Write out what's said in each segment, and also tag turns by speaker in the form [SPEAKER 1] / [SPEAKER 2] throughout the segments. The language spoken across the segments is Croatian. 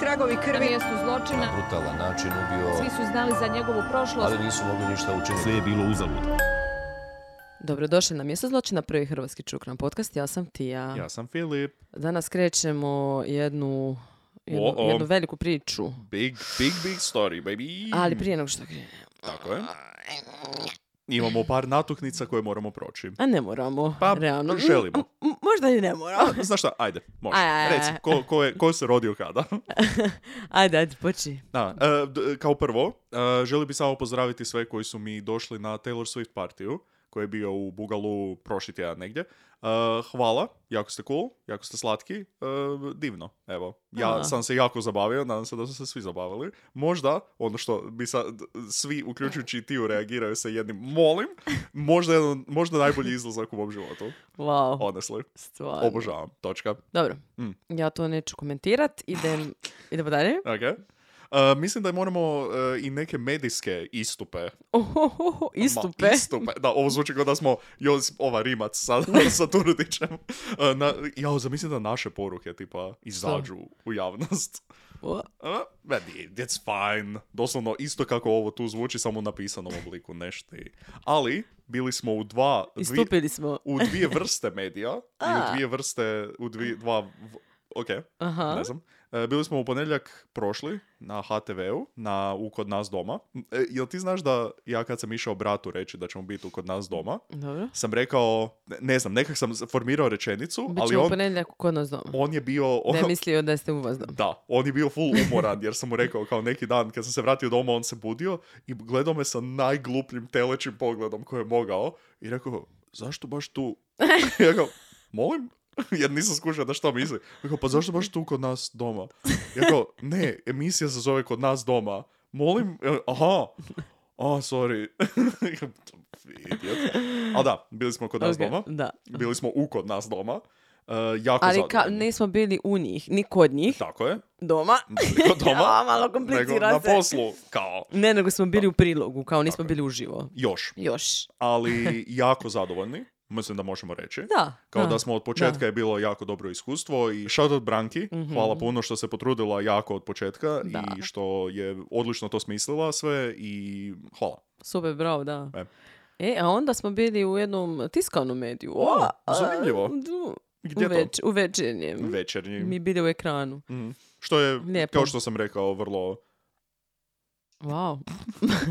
[SPEAKER 1] tragovi
[SPEAKER 2] Na
[SPEAKER 1] krvi.
[SPEAKER 2] mjestu zločina
[SPEAKER 3] brutalan način
[SPEAKER 2] svi
[SPEAKER 3] ubio,
[SPEAKER 2] su znali za njegovu prošlost.
[SPEAKER 3] ali nisu mogli ništa učiniti.
[SPEAKER 4] Sve je bilo uzalud.
[SPEAKER 5] Dobrodošli na mjesto zločina, prvi hrvatski čukran podcast, ja sam Tija.
[SPEAKER 4] Ja sam Filip.
[SPEAKER 5] Danas krećemo jednu, jednu,
[SPEAKER 4] O-o.
[SPEAKER 5] jednu veliku priču,
[SPEAKER 4] Big, big, big story, baby.
[SPEAKER 5] ali prije nego što krenemo.
[SPEAKER 4] Tako je. Imamo par natuknica koje moramo proći.
[SPEAKER 5] A ne moramo,
[SPEAKER 4] Pa,
[SPEAKER 5] realno. Mm,
[SPEAKER 4] želimo.
[SPEAKER 5] m- možda i ne moramo.
[SPEAKER 4] Znaš šta, ajde, može.
[SPEAKER 5] Aj, aj, aj.
[SPEAKER 4] Reci, ko, ko, je, ko se rodio kada?
[SPEAKER 5] Ajde, ajde, poči.
[SPEAKER 4] Da, e, d- kao prvo, e, želio bih samo pozdraviti sve koji su mi došli na Taylor Swift partiju, koji je bio u Bugalu prošli tjedan negdje. E, hvala, jako ste cool, jako ste slatki, e, divno, evo. Ja
[SPEAKER 5] Aha.
[SPEAKER 4] sam se jako zabavio, nadam se da su se svi zabavili. Možda, ono što bi sa, d- svi, uključujući i tiju, reagiraju sa jednim molim, možda, jedan, možda najbolji izlazak u mom životu,
[SPEAKER 5] Wow,
[SPEAKER 4] honestly.
[SPEAKER 5] stvarno.
[SPEAKER 4] Obožavam, točka.
[SPEAKER 5] Dobro,
[SPEAKER 4] Mm.
[SPEAKER 5] ja to neću komentirat, idem, idemo dalje.
[SPEAKER 4] Ok. E, mislim da moramo e, i neke medijske istupe
[SPEAKER 5] Ohohoho, istupe.
[SPEAKER 4] Ma, istupe. Da, ovo zvuči kao da smo jo, s- ova Rimac sa, sa Turudićem. E, Na, jao, zamislim da naše poruke tipa izađu u javnost.
[SPEAKER 5] O,
[SPEAKER 4] A, ma di- That's fine. Doslovno isto kako ovo tu zvuči, samo u napisanom obliku nešto. Ali, bili smo u dva... dvi-
[SPEAKER 5] Istupili smo.
[SPEAKER 4] u dvije vrste medija i u
[SPEAKER 5] A.
[SPEAKER 4] dvije vrste, u dvije, dva, v- ok,
[SPEAKER 5] Aha.
[SPEAKER 4] ne znam. E, bili smo u ponedjeljak prošli na HTV-u, na U kod nas doma. E, jel ti znaš da ja kad sam išao bratu reći da ćemo biti U kod nas doma,
[SPEAKER 5] Dobro.
[SPEAKER 4] sam rekao, ne, ne znam, nekak sam formirao rečenicu, ali
[SPEAKER 5] Bićemo
[SPEAKER 4] on,
[SPEAKER 5] u ponedjeljak kod nas doma.
[SPEAKER 4] on je bio...
[SPEAKER 5] Da je mislio da ste u vas doma.
[SPEAKER 4] Da, on je bio full umoran jer sam mu rekao kao neki dan kad sam se vratio doma on se budio i gledao me sa najglupljim telećim pogledom koje je mogao i rekao zašto baš tu? ja kao molim? jer nisam skušao da što misli. Rekao pa zašto baš tu kod nas doma? Ja kao ne, emisija se zove kod nas doma. Molim? E, Aha. A, sorry. Idiot. Ali da, bili smo kod nas
[SPEAKER 5] Ok,
[SPEAKER 4] doma.
[SPEAKER 5] Da.
[SPEAKER 4] Bili smo u kod nas doma. E, jako
[SPEAKER 5] Ali ka,
[SPEAKER 4] zadovoljni.
[SPEAKER 5] nismo bili u njih, ni kod njih,
[SPEAKER 4] Tako je.
[SPEAKER 5] doma.
[SPEAKER 4] Kod doma.
[SPEAKER 5] A, malo komplicira
[SPEAKER 4] nego
[SPEAKER 5] se.
[SPEAKER 4] na poslu, kao.
[SPEAKER 5] Ne, nego smo bili u prilogu, kao nismo bili uživo.
[SPEAKER 4] Još,
[SPEAKER 5] Još.
[SPEAKER 4] ali jako zadovoljni, mislim da možemo reći.
[SPEAKER 5] Da.
[SPEAKER 4] Kao da smo od početka je bilo jako dobro iskustvo i shout out Branki, hvala puno što se potrudila jako od početka
[SPEAKER 5] Mhm. Da.
[SPEAKER 4] i što je odlično to smislila sve i hvala.
[SPEAKER 5] Super, bravo, da.
[SPEAKER 4] E.
[SPEAKER 5] E. a onda smo bili u jednom tiskanom mediju.
[SPEAKER 4] O,
[SPEAKER 5] a,
[SPEAKER 4] zanimljivo.
[SPEAKER 5] du-
[SPEAKER 4] Gdje
[SPEAKER 5] u,
[SPEAKER 4] to?
[SPEAKER 5] več- u večernjem.
[SPEAKER 4] Večernji.
[SPEAKER 5] Mi bili u ekranu.
[SPEAKER 4] Mhm. Što je,
[SPEAKER 5] Lijepo.
[SPEAKER 4] kao što sam rekao, vrlo
[SPEAKER 5] Wow.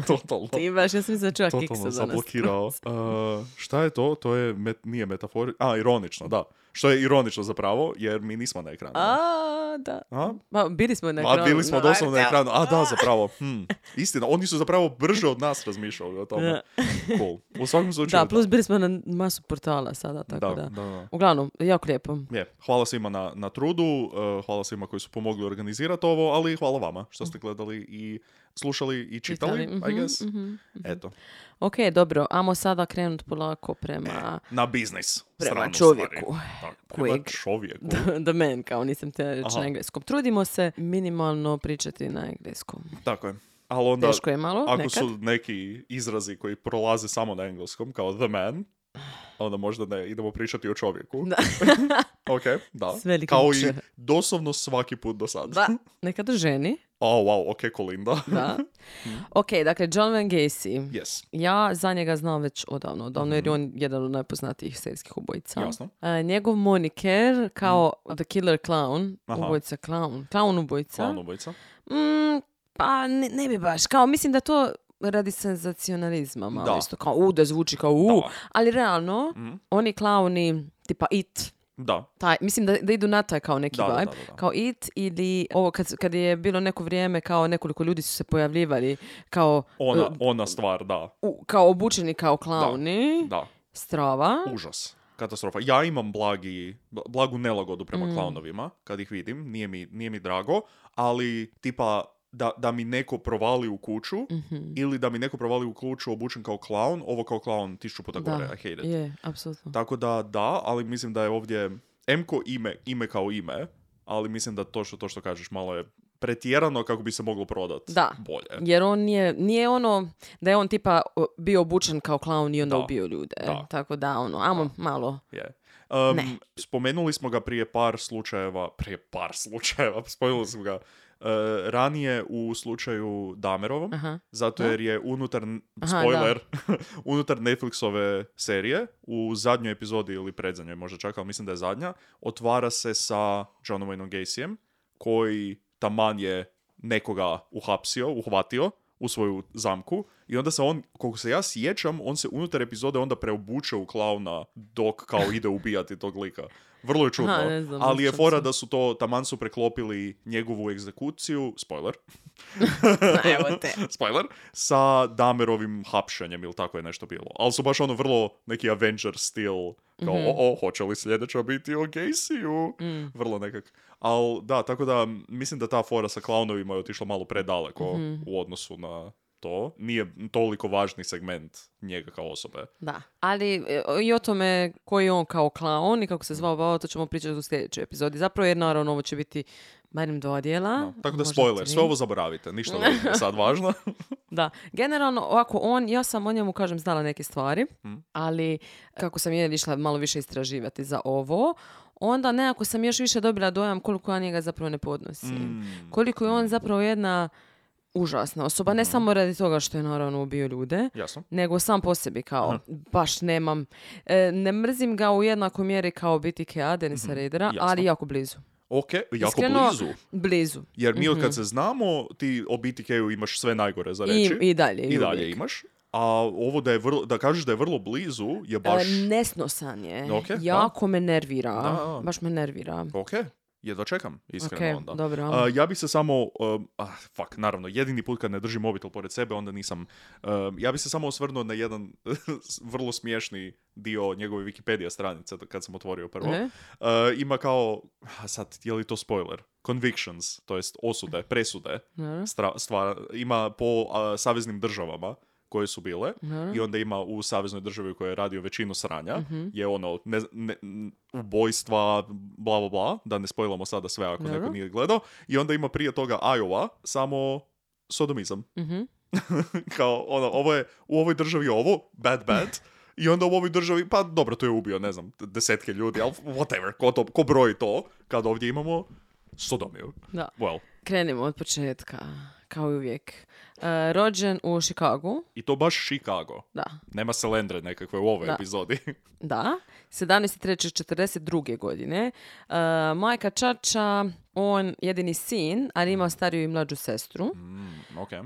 [SPEAKER 4] totalno.
[SPEAKER 5] Ti baš, ja sam mislila da čuva kiksa
[SPEAKER 4] Totalno
[SPEAKER 5] za nas.
[SPEAKER 4] zablokirao. Uh, šta je to? To je, met, nije metafori... A, ironično, da. Što je ironično zapravo, jer mi nismo na ekranu.
[SPEAKER 5] A, da.
[SPEAKER 4] A?
[SPEAKER 5] Ma, bili smo na Ah. ekranu.
[SPEAKER 4] A bili smo doslovno na
[SPEAKER 5] RTL.
[SPEAKER 4] ekranu. A da, zapravo. Hm, istina, oni su zapravo brže od nas razmišljali o tome.
[SPEAKER 5] Da.
[SPEAKER 4] Cool. U svakom slučaju.
[SPEAKER 5] E, Da, plus bili smo na masu portala sada, tako da.
[SPEAKER 4] da, da, da.
[SPEAKER 5] Uglavnom, jako lijepo.
[SPEAKER 4] Je, hvala svima na, na trudu, eh, hvala svima koji su pomogli organizirati ovo, ali hvala vama što ste gledali i slušali i čitali,
[SPEAKER 5] Čitali,
[SPEAKER 4] I guess.
[SPEAKER 5] mhm, mhm.
[SPEAKER 4] Eto,
[SPEAKER 5] Ok, dobro, amo sada krenut polako prema
[SPEAKER 4] na biznis.
[SPEAKER 5] Prema
[SPEAKER 4] stranu
[SPEAKER 5] čovjeku.
[SPEAKER 4] stvari. Tako, prema
[SPEAKER 5] Kojeg-
[SPEAKER 4] čovjeku.
[SPEAKER 5] do men, kao nisam htjela reći
[SPEAKER 4] Aha.
[SPEAKER 5] na engleskom. Trudimo se minimalno pričati na engleskom.
[SPEAKER 4] Tako je. Ali onda,
[SPEAKER 5] Teško je malo,
[SPEAKER 4] ako
[SPEAKER 5] Oh, nekad.
[SPEAKER 4] su neki izrazi koji prolaze samo na engleskom, kao the man, onda možda ne, idemo pričati o čovjeku.
[SPEAKER 5] Da.
[SPEAKER 4] ok, da.
[SPEAKER 5] S velikim
[SPEAKER 4] Kao i
[SPEAKER 5] Č.
[SPEAKER 4] doslovno svaki put do sada.
[SPEAKER 5] Da, nekad ženi,
[SPEAKER 4] Oh, wow, ok, Kolinda.
[SPEAKER 5] da. ok, dakle, John Van Gacy.
[SPEAKER 4] yes.
[SPEAKER 5] Ja za njega znam već odavno, odavno jer je on jedan od najpoznatijih serijskih ubojica.
[SPEAKER 4] Mhm. Jasno. Mhm.
[SPEAKER 5] E, njegov moniker kao The Killer Clown,
[SPEAKER 4] Aha.
[SPEAKER 5] ubojica clown, clown ubojica.
[SPEAKER 4] Clown ubojica.
[SPEAKER 5] Mm, pa ne, ne bi baš. Kao, mislim da to radi senzacionalizma malo
[SPEAKER 4] Da.
[SPEAKER 5] isto. Kao, u, da zvuči kao u.
[SPEAKER 4] Da. Mhm.
[SPEAKER 5] Ali realno, oni klauni, tipa it,
[SPEAKER 4] Da.
[SPEAKER 5] taj, mislim da, da idu na taj kao neki
[SPEAKER 4] Da, da, da,
[SPEAKER 5] vibe,
[SPEAKER 4] da, da.
[SPEAKER 5] kao it ili ovo kad, kad je bilo neko vrijeme kao nekoliko ljudi su se pojavljivali kao,
[SPEAKER 4] Ona,
[SPEAKER 5] e,
[SPEAKER 4] ona stvar, da.
[SPEAKER 5] u- kao obučeni kao klauni,
[SPEAKER 4] Da.
[SPEAKER 5] strava.
[SPEAKER 4] Užas. Katastrofa. Ja imam blagi, blagu nelagodu prema
[SPEAKER 5] Mm.
[SPEAKER 4] klaunovima, kad ih vidim. Nije mi, nije mi drago, ali tipa da, da mi neko provali u kuću
[SPEAKER 5] Mhm.
[SPEAKER 4] ili da mi neko provali u kuću obučen kao klaun, ovo kao klaun tisuću puta
[SPEAKER 5] Da,
[SPEAKER 4] gore, I hate it.
[SPEAKER 5] je, apsolutno.
[SPEAKER 4] Tako da da, ali mislim da je ovdje M ko ime, ime kao ime, ali mislim da to što, to što kažeš malo je pretjerano kako bi se moglo prodat
[SPEAKER 5] Da.
[SPEAKER 4] bolje.
[SPEAKER 5] Jer on je, nije ono da je on tipa o, bio obučen kao klaun i onda
[SPEAKER 4] Da.
[SPEAKER 5] ubio ljude.
[SPEAKER 4] Da.
[SPEAKER 5] Tako da, ono, amo malo.
[SPEAKER 4] Je. Um,
[SPEAKER 5] Ne.
[SPEAKER 4] spomenuli smo ga prije par slučajeva, prije par slučajeva, spomenuli smo ga e, ranije u slučaju Damerovom,
[SPEAKER 5] Aha.
[SPEAKER 4] zato
[SPEAKER 5] Da.
[SPEAKER 4] jer je unutar, n-
[SPEAKER 5] Aha,
[SPEAKER 4] spoiler, unutar Netflixove serije, u zadnjoj epizodi ili predzadnjoj možda čak, ali mislim da je zadnja, otvara se sa Johnom Wayneom Gacyjem, koji taman je nekoga uhapsio, uhvatio u svoju zamku i onda se on, koliko se ja sjećam, on se unutar epizode onda preobuče u klauna dok kao ide ubijati tog lika. Vrlo je čudno,
[SPEAKER 5] Aha, ne znam,
[SPEAKER 4] ali je
[SPEAKER 5] sjećam
[SPEAKER 4] fora
[SPEAKER 5] se.
[SPEAKER 4] da su to, taman su preklopili njegovu egzekuciju, spoiler,
[SPEAKER 5] Evo te.
[SPEAKER 4] spoiler, sa Damerovim hapšenjem ili tako je nešto bilo. Ali su baš ono vrlo neki Avenger stil, kao
[SPEAKER 5] Mhm.
[SPEAKER 4] o, o, hoće li sljedeća biti o Gacy-u?
[SPEAKER 5] Mm.
[SPEAKER 4] Vrlo nekak. Ali da, tako da m, mislim da ta fora sa klaunovima je otišla malo predaleko
[SPEAKER 5] Mhm.
[SPEAKER 4] u odnosu na to. Nije toliko važni segment njega kao osobe.
[SPEAKER 5] Da. Ali e, o- i o tome koji je on kao klaon i kako se zvao Bao, to ćemo pričati u sljedećoj epizodi. Zapravo jer naravno ovo će biti barem dva dijela.
[SPEAKER 4] No, Tako da
[SPEAKER 5] možda
[SPEAKER 4] spoiler,
[SPEAKER 5] tri.
[SPEAKER 4] sve ovo zaboravite, ništa vam nije sad važno.
[SPEAKER 5] Da. Generalno, ovako, on, ja sam o njemu, kažem, znala neke stvari,
[SPEAKER 4] Mm.
[SPEAKER 5] ali kako sam je išla malo više istraživati za ovo, onda nekako sam još više dobila dojam koliko ja njega zapravo ne podnosim.
[SPEAKER 4] Mm. Mhm.
[SPEAKER 5] Koliko je on zapravo jedna užasna osoba, ne samo radi toga što je naravno ubio ljude,
[SPEAKER 4] Jasno.
[SPEAKER 5] nego sam po sebi kao, baš nemam, e, ne mrzim ga u jednakoj mjeri kao BTK-a, Denisa Raidera,
[SPEAKER 4] Mhm, jasno.
[SPEAKER 5] ali jako blizu.
[SPEAKER 4] Ok, jako
[SPEAKER 5] Iskreno,
[SPEAKER 4] blizu.
[SPEAKER 5] Blizu.
[SPEAKER 4] Jer mi od kad se znamo, ti o BTK-u imaš sve najgore za
[SPEAKER 5] I,
[SPEAKER 4] reći.
[SPEAKER 5] I dalje.
[SPEAKER 4] I dalje
[SPEAKER 5] uvijek.
[SPEAKER 4] imaš. A ovo da, je vrlo, da kažeš da je vrlo blizu je baš...
[SPEAKER 5] E, Nesnosan je.
[SPEAKER 4] Ok, da.
[SPEAKER 5] jako me nervira.
[SPEAKER 4] Da.
[SPEAKER 5] Baš me nervira.
[SPEAKER 4] Ok, jedva čekam, iskreno
[SPEAKER 5] Ok,
[SPEAKER 4] onda.
[SPEAKER 5] dobro. E,
[SPEAKER 4] A, ja bi se samo, um, ah, fuck, naravno, jedini put kad ne držim mobitel pored sebe, onda nisam, um, ja bi se samo osvrnuo na jedan vrlo smiješni dio njegove Wikipedia stranice kad sam otvorio prvo.
[SPEAKER 5] Ne?
[SPEAKER 4] Uh, ima kao, a sad, je li to spoiler? Convictions, to jest osude, presude,
[SPEAKER 5] Dobro.
[SPEAKER 4] stra- stvar, ima po a, saveznim državama koje su bile
[SPEAKER 5] Dobro.
[SPEAKER 4] i onda ima u saveznoj državi koja je radio većinu sranja,
[SPEAKER 5] Mhm.
[SPEAKER 4] je ono, ne, ne, n- ubojstva, bla, bla, bla, da ne spojlamo sada sve ako
[SPEAKER 5] Dobro.
[SPEAKER 4] neko nije gledao, i onda ima prije toga Iowa, samo sodomizam.
[SPEAKER 5] Mhm.
[SPEAKER 4] Kao, ono, ovo je, u ovoj državi je ovo, bad, bad, i onda u ovoj državi, pa dobro, to je ubio, ne znam, desetke ljudi, ali whatever, ko, to, ko broji to, kad ovdje imamo sodomiju.
[SPEAKER 5] Da.
[SPEAKER 4] Well,
[SPEAKER 5] Krenimo od početka, kao i uvijek. E, rođen u Chicagu,
[SPEAKER 4] i to baš Chicago.
[SPEAKER 5] da,
[SPEAKER 4] Nema selendre nekakve u ovoj
[SPEAKER 5] Da.
[SPEAKER 4] epizodi.
[SPEAKER 5] da, 17.3.42. godine. E, majka Čača, on jedini sin, ali
[SPEAKER 4] Mhm.
[SPEAKER 5] ima stariju i mlađu sestru.
[SPEAKER 4] Mm, ok.
[SPEAKER 5] E,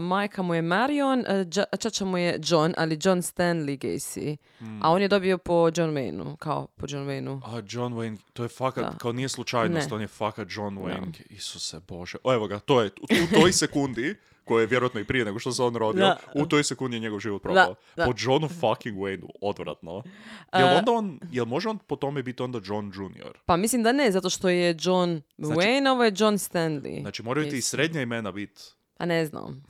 [SPEAKER 5] majka mu je Marion, e, Đa- Čača mu je John, ali John Stanley Gacy.
[SPEAKER 4] Mhm.
[SPEAKER 5] A on je dobio po John Wayne-u, kao po John Wayne-u.
[SPEAKER 4] A John Wayne, to je fakat,
[SPEAKER 5] Da.
[SPEAKER 4] kao nije slučajnost,
[SPEAKER 5] Ne.
[SPEAKER 4] on je fakat John Wayne. Isuse Bože. O, evo ga, to je, u, u toj sekundi, koja je vjerojatno i prije nego što se on rodio,
[SPEAKER 5] Da.
[SPEAKER 4] u toj sekundi je njegov život propao.
[SPEAKER 5] da. E,
[SPEAKER 4] Po Johnu fucking Wayne, odvratno. Jel onda on, jel može on po tome biti onda John Jr.?
[SPEAKER 5] Pa mislim da ne, zato što je John Wayne, ovo je John Stanley.
[SPEAKER 4] Znači moraju ti i srednja imena biti.
[SPEAKER 5] A ne znam.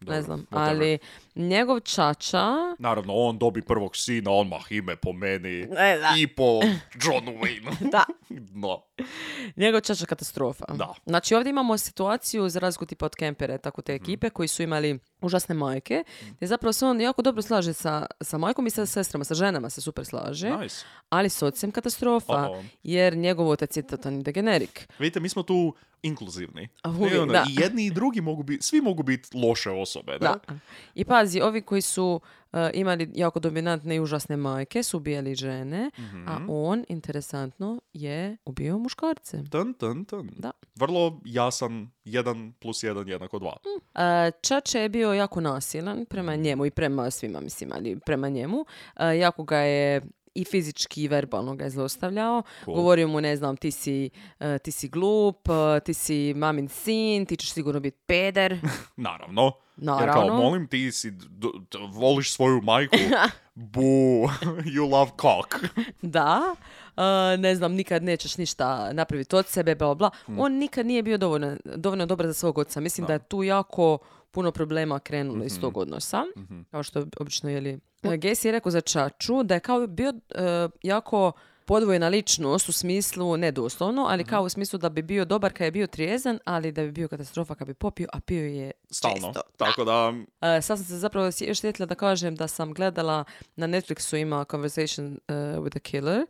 [SPEAKER 4] Dobro,
[SPEAKER 5] ne znam,
[SPEAKER 4] whatever.
[SPEAKER 5] ali njegov čača...
[SPEAKER 4] Naravno, on dobi prvog sina, odmah ime po meni.
[SPEAKER 5] E, da.
[SPEAKER 4] I po John Wayne.
[SPEAKER 5] Da,
[SPEAKER 4] no.
[SPEAKER 5] njegov čača katastrofa.
[SPEAKER 4] Da.
[SPEAKER 5] Znači ovdje imamo situaciju za razliku tipa od kempere, tako te ekipe koji su imali užasne majke. Gdje zapravo se on jako dobro slaže sa, sa majkom i sa sestrama, sa ženama se super slaže.
[SPEAKER 4] Nice.
[SPEAKER 5] Ali s ocem katastrofa,
[SPEAKER 4] Aha.
[SPEAKER 5] jer njegov otac je totalni degenerik.
[SPEAKER 4] Vidite, mi smo tu inkluzivni.
[SPEAKER 5] A uvijek,
[SPEAKER 4] I ono,
[SPEAKER 5] da.
[SPEAKER 4] I jedni i drugi mogu biti, svi mogu biti loše osobe. ne?
[SPEAKER 5] Da. I pazi, ovi koji su e, imali jako dominantne i užasne majke su ubijali žene,
[SPEAKER 4] Mhm.
[SPEAKER 5] a on, interesantno, je ubio muškarce.
[SPEAKER 4] Tan, tan, tan.
[SPEAKER 5] Da.
[SPEAKER 4] Vrlo jasan, jedan plus jedan jednako dva.
[SPEAKER 5] E, Čače je bio jako nasilan prema njemu i prema svima, mislim, ali prema njemu. E, jako ga je i fizički i verbalno ga je zlostavljao.
[SPEAKER 4] Cool.
[SPEAKER 5] Govorio mu, ne znam, ti si, e, ti si glup, e, ti si mamin sin, ti ćeš sigurno biti peder.
[SPEAKER 4] Naravno. Jer kao,
[SPEAKER 5] Naravno.
[SPEAKER 4] molim, ti si, d- d- voliš svoju majku. Boo, you love cock.
[SPEAKER 5] da, e, ne znam, nikad nećeš ništa napraviti od sebe, bla, bla. On nikad nije bio dovoljno, dovoljno dobar za svog oca. Mislim da, je tu jako puno problema krenulo iz tog odnosa, kao što je obično je li. Gacy je rekao za Čaču da je kao bio e, jako podvojena ličnost u smislu, ne doslovno, ali kao u smislu da bi bio dobar kad je bio trijezan, ali da bi bio katastrofa kad bi popio, a pio je
[SPEAKER 4] Stalno. Tako da,
[SPEAKER 5] E, sad sam se zapravo sje- još sjetila da kažem da sam gledala na Netflixu ima Conversation e, with a Killer.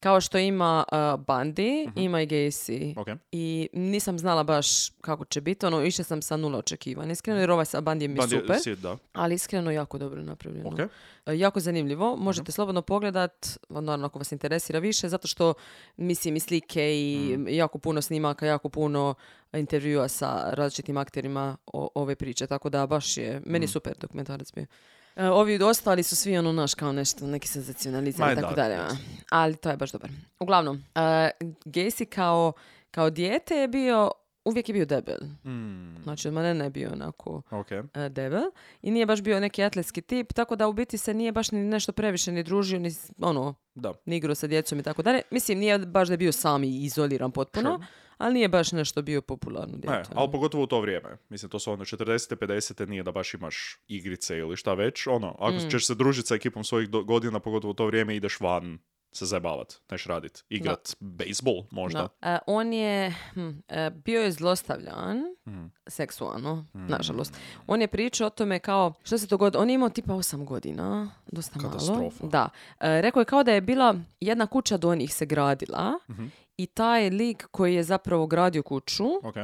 [SPEAKER 5] Kao što ima uh, Bundy, ima i Gacy.
[SPEAKER 4] Ok.
[SPEAKER 5] I nisam znala baš kako će biti, ono, išla sam sa nula očekivanja, iskreno, jer ovaj sa Bandijem je
[SPEAKER 4] Bundy je
[SPEAKER 5] super,
[SPEAKER 4] sit, da.
[SPEAKER 5] ali iskreno jako dobro napravljeno.
[SPEAKER 4] Ok.
[SPEAKER 5] E, Jako zanimljivo, možete slobodno pogledat, ono, naravno ako vas interesira više, zato što mislim i slike i
[SPEAKER 4] Mhm.
[SPEAKER 5] jako puno snimaka, jako puno intervjua sa različitim akterima o- ove priče, tako da baš je,
[SPEAKER 4] Mhm.
[SPEAKER 5] meni je super dokumentarac bio. E, Ovi ostali su svi ono naš kao nešto, neki senzacionalizam
[SPEAKER 4] Ma
[SPEAKER 5] i tako
[SPEAKER 4] da,
[SPEAKER 5] dalje. a.
[SPEAKER 4] jasno.
[SPEAKER 5] Ali to je baš dobar. Uglavnom, e, Gacy kao, kao dijete je bio, uvijek je bio debel.
[SPEAKER 4] Mm,
[SPEAKER 5] Znači od mene ne bio onako
[SPEAKER 4] ok.
[SPEAKER 5] e, debel i nije baš bio neki atletski tip, tako da u biti se nije baš ni nešto previše ni družio, ni s- ono,
[SPEAKER 4] Da.
[SPEAKER 5] ni igrao sa djecom i tako dalje. Mislim, nije baš da je bio sam i izoliran potpuno, ali nije baš nešto bio popularno ono.
[SPEAKER 4] E,
[SPEAKER 5] djete.
[SPEAKER 4] ali pogotovo u to vrijeme. Mislim, to su ono 40. 50. nije da baš imaš igrice ili šta već. Ono, ako
[SPEAKER 5] Mm.
[SPEAKER 4] ćeš se družiti sa ekipom svojih do- godina, pogotovo u to vrijeme, ideš van se zabavat, neš radit, igrat baseball možda.
[SPEAKER 5] Da. E, on je, hm, e, bio je zlostavljan,
[SPEAKER 4] Mhm.
[SPEAKER 5] seksualno, nažalost. On je pričao o tome kao, što se dogodilo, on je imao tipa 8 godina, dosta malo.
[SPEAKER 4] Katastrofa.
[SPEAKER 5] Da. E, rekao je kao da je bila jedna kuća do njih se gradila
[SPEAKER 4] Mhm.
[SPEAKER 5] i taj lik koji je zapravo gradio kuću,
[SPEAKER 4] Ok,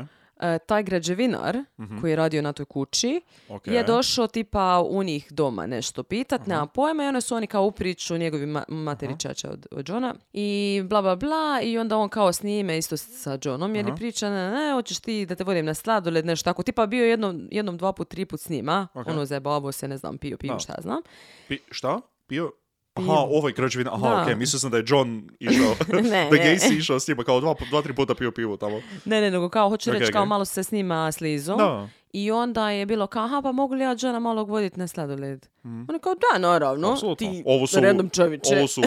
[SPEAKER 5] e, taj građevinar koji je radio na toj kući
[SPEAKER 4] Mhm. ok. Mhm.
[SPEAKER 5] je došao tipa u njih doma nešto pitat, nema pojma i onda su oni kao u priču njegovi ma-
[SPEAKER 4] Mhm.
[SPEAKER 5] materičača od, od Johna i bla bla bla i onda on kao s njime isto s- sa Johnom jer i
[SPEAKER 4] Mhm.
[SPEAKER 5] priča ne, ne, hoćeš ti da te vodim na sladoled nešto tako, tipa bio je jednom, jednom dva put, tri put s njima,
[SPEAKER 4] Ok.
[SPEAKER 5] ono zajebavao se, ne znam, pio, pio,
[SPEAKER 4] Da.
[SPEAKER 5] šta ja znam.
[SPEAKER 4] Pi- šta? Pio? Aha,
[SPEAKER 5] Pivo.
[SPEAKER 4] ovaj građevin, aha,
[SPEAKER 5] Da.
[SPEAKER 4] ok, mislio sam da je John išao,
[SPEAKER 5] Ne,
[SPEAKER 4] da
[SPEAKER 5] ne.
[SPEAKER 4] je Gacy išao s njima, kao dva, dva tri puta pio pivo tamo.
[SPEAKER 5] Ne, ne, nego kao hoću
[SPEAKER 4] Ok,
[SPEAKER 5] reći
[SPEAKER 4] ok.
[SPEAKER 5] kao malo se s njima slizom
[SPEAKER 4] Da.
[SPEAKER 5] i onda je bilo kao, aha, pa mogu li ja Johna malo voditi na sladoled? On je kao, da, naravno,
[SPEAKER 4] Mhm. Apsolutno.
[SPEAKER 5] ti
[SPEAKER 4] ovo su,
[SPEAKER 5] random čovječe.
[SPEAKER 4] Ovo su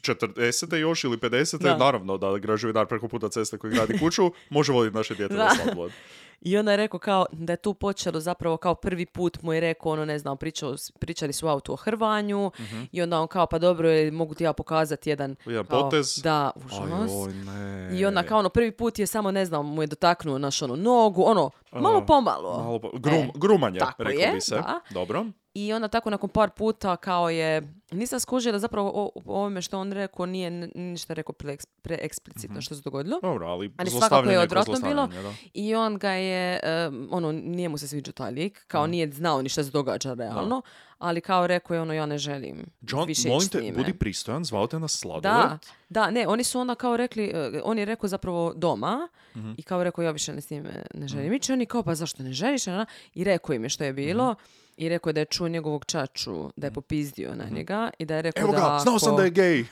[SPEAKER 4] 40. još ili 50.
[SPEAKER 5] Da.
[SPEAKER 4] Naravno da građevinar preko puta ceste koji gradi kuću može voditi naše dijete
[SPEAKER 5] Da.
[SPEAKER 4] na sladoled.
[SPEAKER 5] I onda je rekao kao da je tu počelo zapravo kao prvi put mu je rekao ono ne znam pričao, s- pričali su u autu o hrvanju i onda on kao pa dobro je, mogu ti ja pokazati jedan,
[SPEAKER 4] Mhm. Jedan
[SPEAKER 5] kao,
[SPEAKER 4] potez.
[SPEAKER 5] Da, užas.
[SPEAKER 4] Ajoj, ne.
[SPEAKER 5] I onda kao ono prvi put je samo ne znam mu je dotaknuo naš ono nogu, ono malo
[SPEAKER 4] A,
[SPEAKER 5] pomalo.
[SPEAKER 4] Malo po-
[SPEAKER 5] E.
[SPEAKER 4] grum- grumanje,
[SPEAKER 5] tako
[SPEAKER 4] reklo
[SPEAKER 5] je,
[SPEAKER 4] bi se.
[SPEAKER 5] da.
[SPEAKER 4] Dobro.
[SPEAKER 5] I onda tako nakon par puta kao je, nisam skužila zapravo o, o ovome što on rekao nije n- ništa rekao preeks- preeksplicitno
[SPEAKER 4] Mhm.
[SPEAKER 5] što se dogodilo.
[SPEAKER 4] Dobro, ali,
[SPEAKER 5] Ali svakako
[SPEAKER 4] zlostavljanje
[SPEAKER 5] je
[SPEAKER 4] kao
[SPEAKER 5] odvratno bilo
[SPEAKER 4] zlostavljanje, da.
[SPEAKER 5] i on ga je, em, ono, nije mu se sviđao taj lik, kao nije znao ni šta se događa realno, ali kao rekao je ono, ja ne želim
[SPEAKER 4] John,
[SPEAKER 5] više
[SPEAKER 4] molim
[SPEAKER 5] ići s
[SPEAKER 4] te,
[SPEAKER 5] njime.
[SPEAKER 4] budi pristojan, zvao te na sladoled.
[SPEAKER 5] Da, da, ne, oni su onda kao rekli, eh, on je rekao zapravo doma
[SPEAKER 4] Mhm.
[SPEAKER 5] i kao rekao ja više ne s njime ne želim ići, oni kao pa zašto ne želiš, na, na, i rekao im je što je bilo.
[SPEAKER 4] Mhm.
[SPEAKER 5] I rekao je da je čuo njegovog čaču, da je popizdio na njega i da je rekao
[SPEAKER 4] Mhm. Evo
[SPEAKER 5] da
[SPEAKER 4] ga, znao sam
[SPEAKER 5] ako-
[SPEAKER 4] da je gej.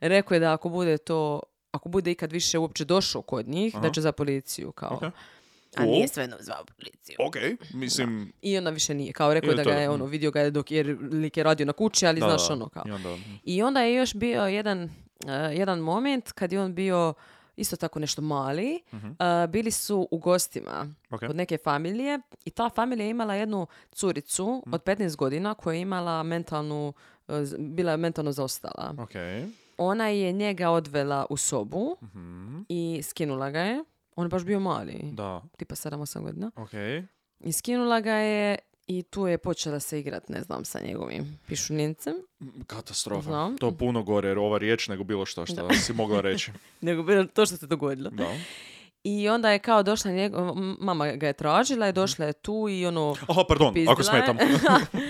[SPEAKER 5] Rekao je da ako bude to, ako bude ikad više uopće došao kod njih, da će za policiju kao.
[SPEAKER 4] Ok.
[SPEAKER 5] A
[SPEAKER 4] O.
[SPEAKER 5] nije svejedno zvao policiju.
[SPEAKER 4] Ok, mislim...
[SPEAKER 5] I onda više nije. Kao rekao je
[SPEAKER 4] Ili
[SPEAKER 5] da
[SPEAKER 4] to,
[SPEAKER 5] ga je,
[SPEAKER 4] mm.
[SPEAKER 5] ono, vidio ga je dok jer lik je radio na kući, ali
[SPEAKER 4] Da,
[SPEAKER 5] znaš
[SPEAKER 4] da.
[SPEAKER 5] ono kao.
[SPEAKER 4] I onda,
[SPEAKER 5] I onda je još bio jedan, eh, jedan moment kad je on bio isto tako nešto mali. Eh, bili su u gostima
[SPEAKER 4] Mhm. Ok.
[SPEAKER 5] od neke familije i ta familija je imala jednu curicu
[SPEAKER 4] Mhm.
[SPEAKER 5] od 15 godina koja je imala mentalnu, eh, z- bila je mentalno zaostala.
[SPEAKER 4] ok.
[SPEAKER 5] Ona je njega odvela u
[SPEAKER 4] Mhm.
[SPEAKER 5] sobu i skinula ga je. On je baš bio mali,
[SPEAKER 4] Da,
[SPEAKER 5] tipa 7-8 godina.
[SPEAKER 4] ok.
[SPEAKER 5] I skinula ga je i tu je počela se igrat, ne znam, sa njegovim pišunincem.
[SPEAKER 4] Katastrofa.
[SPEAKER 5] Znam.
[SPEAKER 4] To je puno gore jer ova riječ nego bilo što što si mogla reći.
[SPEAKER 5] Nego bilo to što se dogodilo.
[SPEAKER 4] Da.
[SPEAKER 5] I onda je kao došla njegova, mama ga je tražila i
[SPEAKER 4] Mhm.
[SPEAKER 5] došla je tu i ono...
[SPEAKER 4] Aha, pardon,
[SPEAKER 5] Pizdila
[SPEAKER 4] ako smetam.
[SPEAKER 5] je.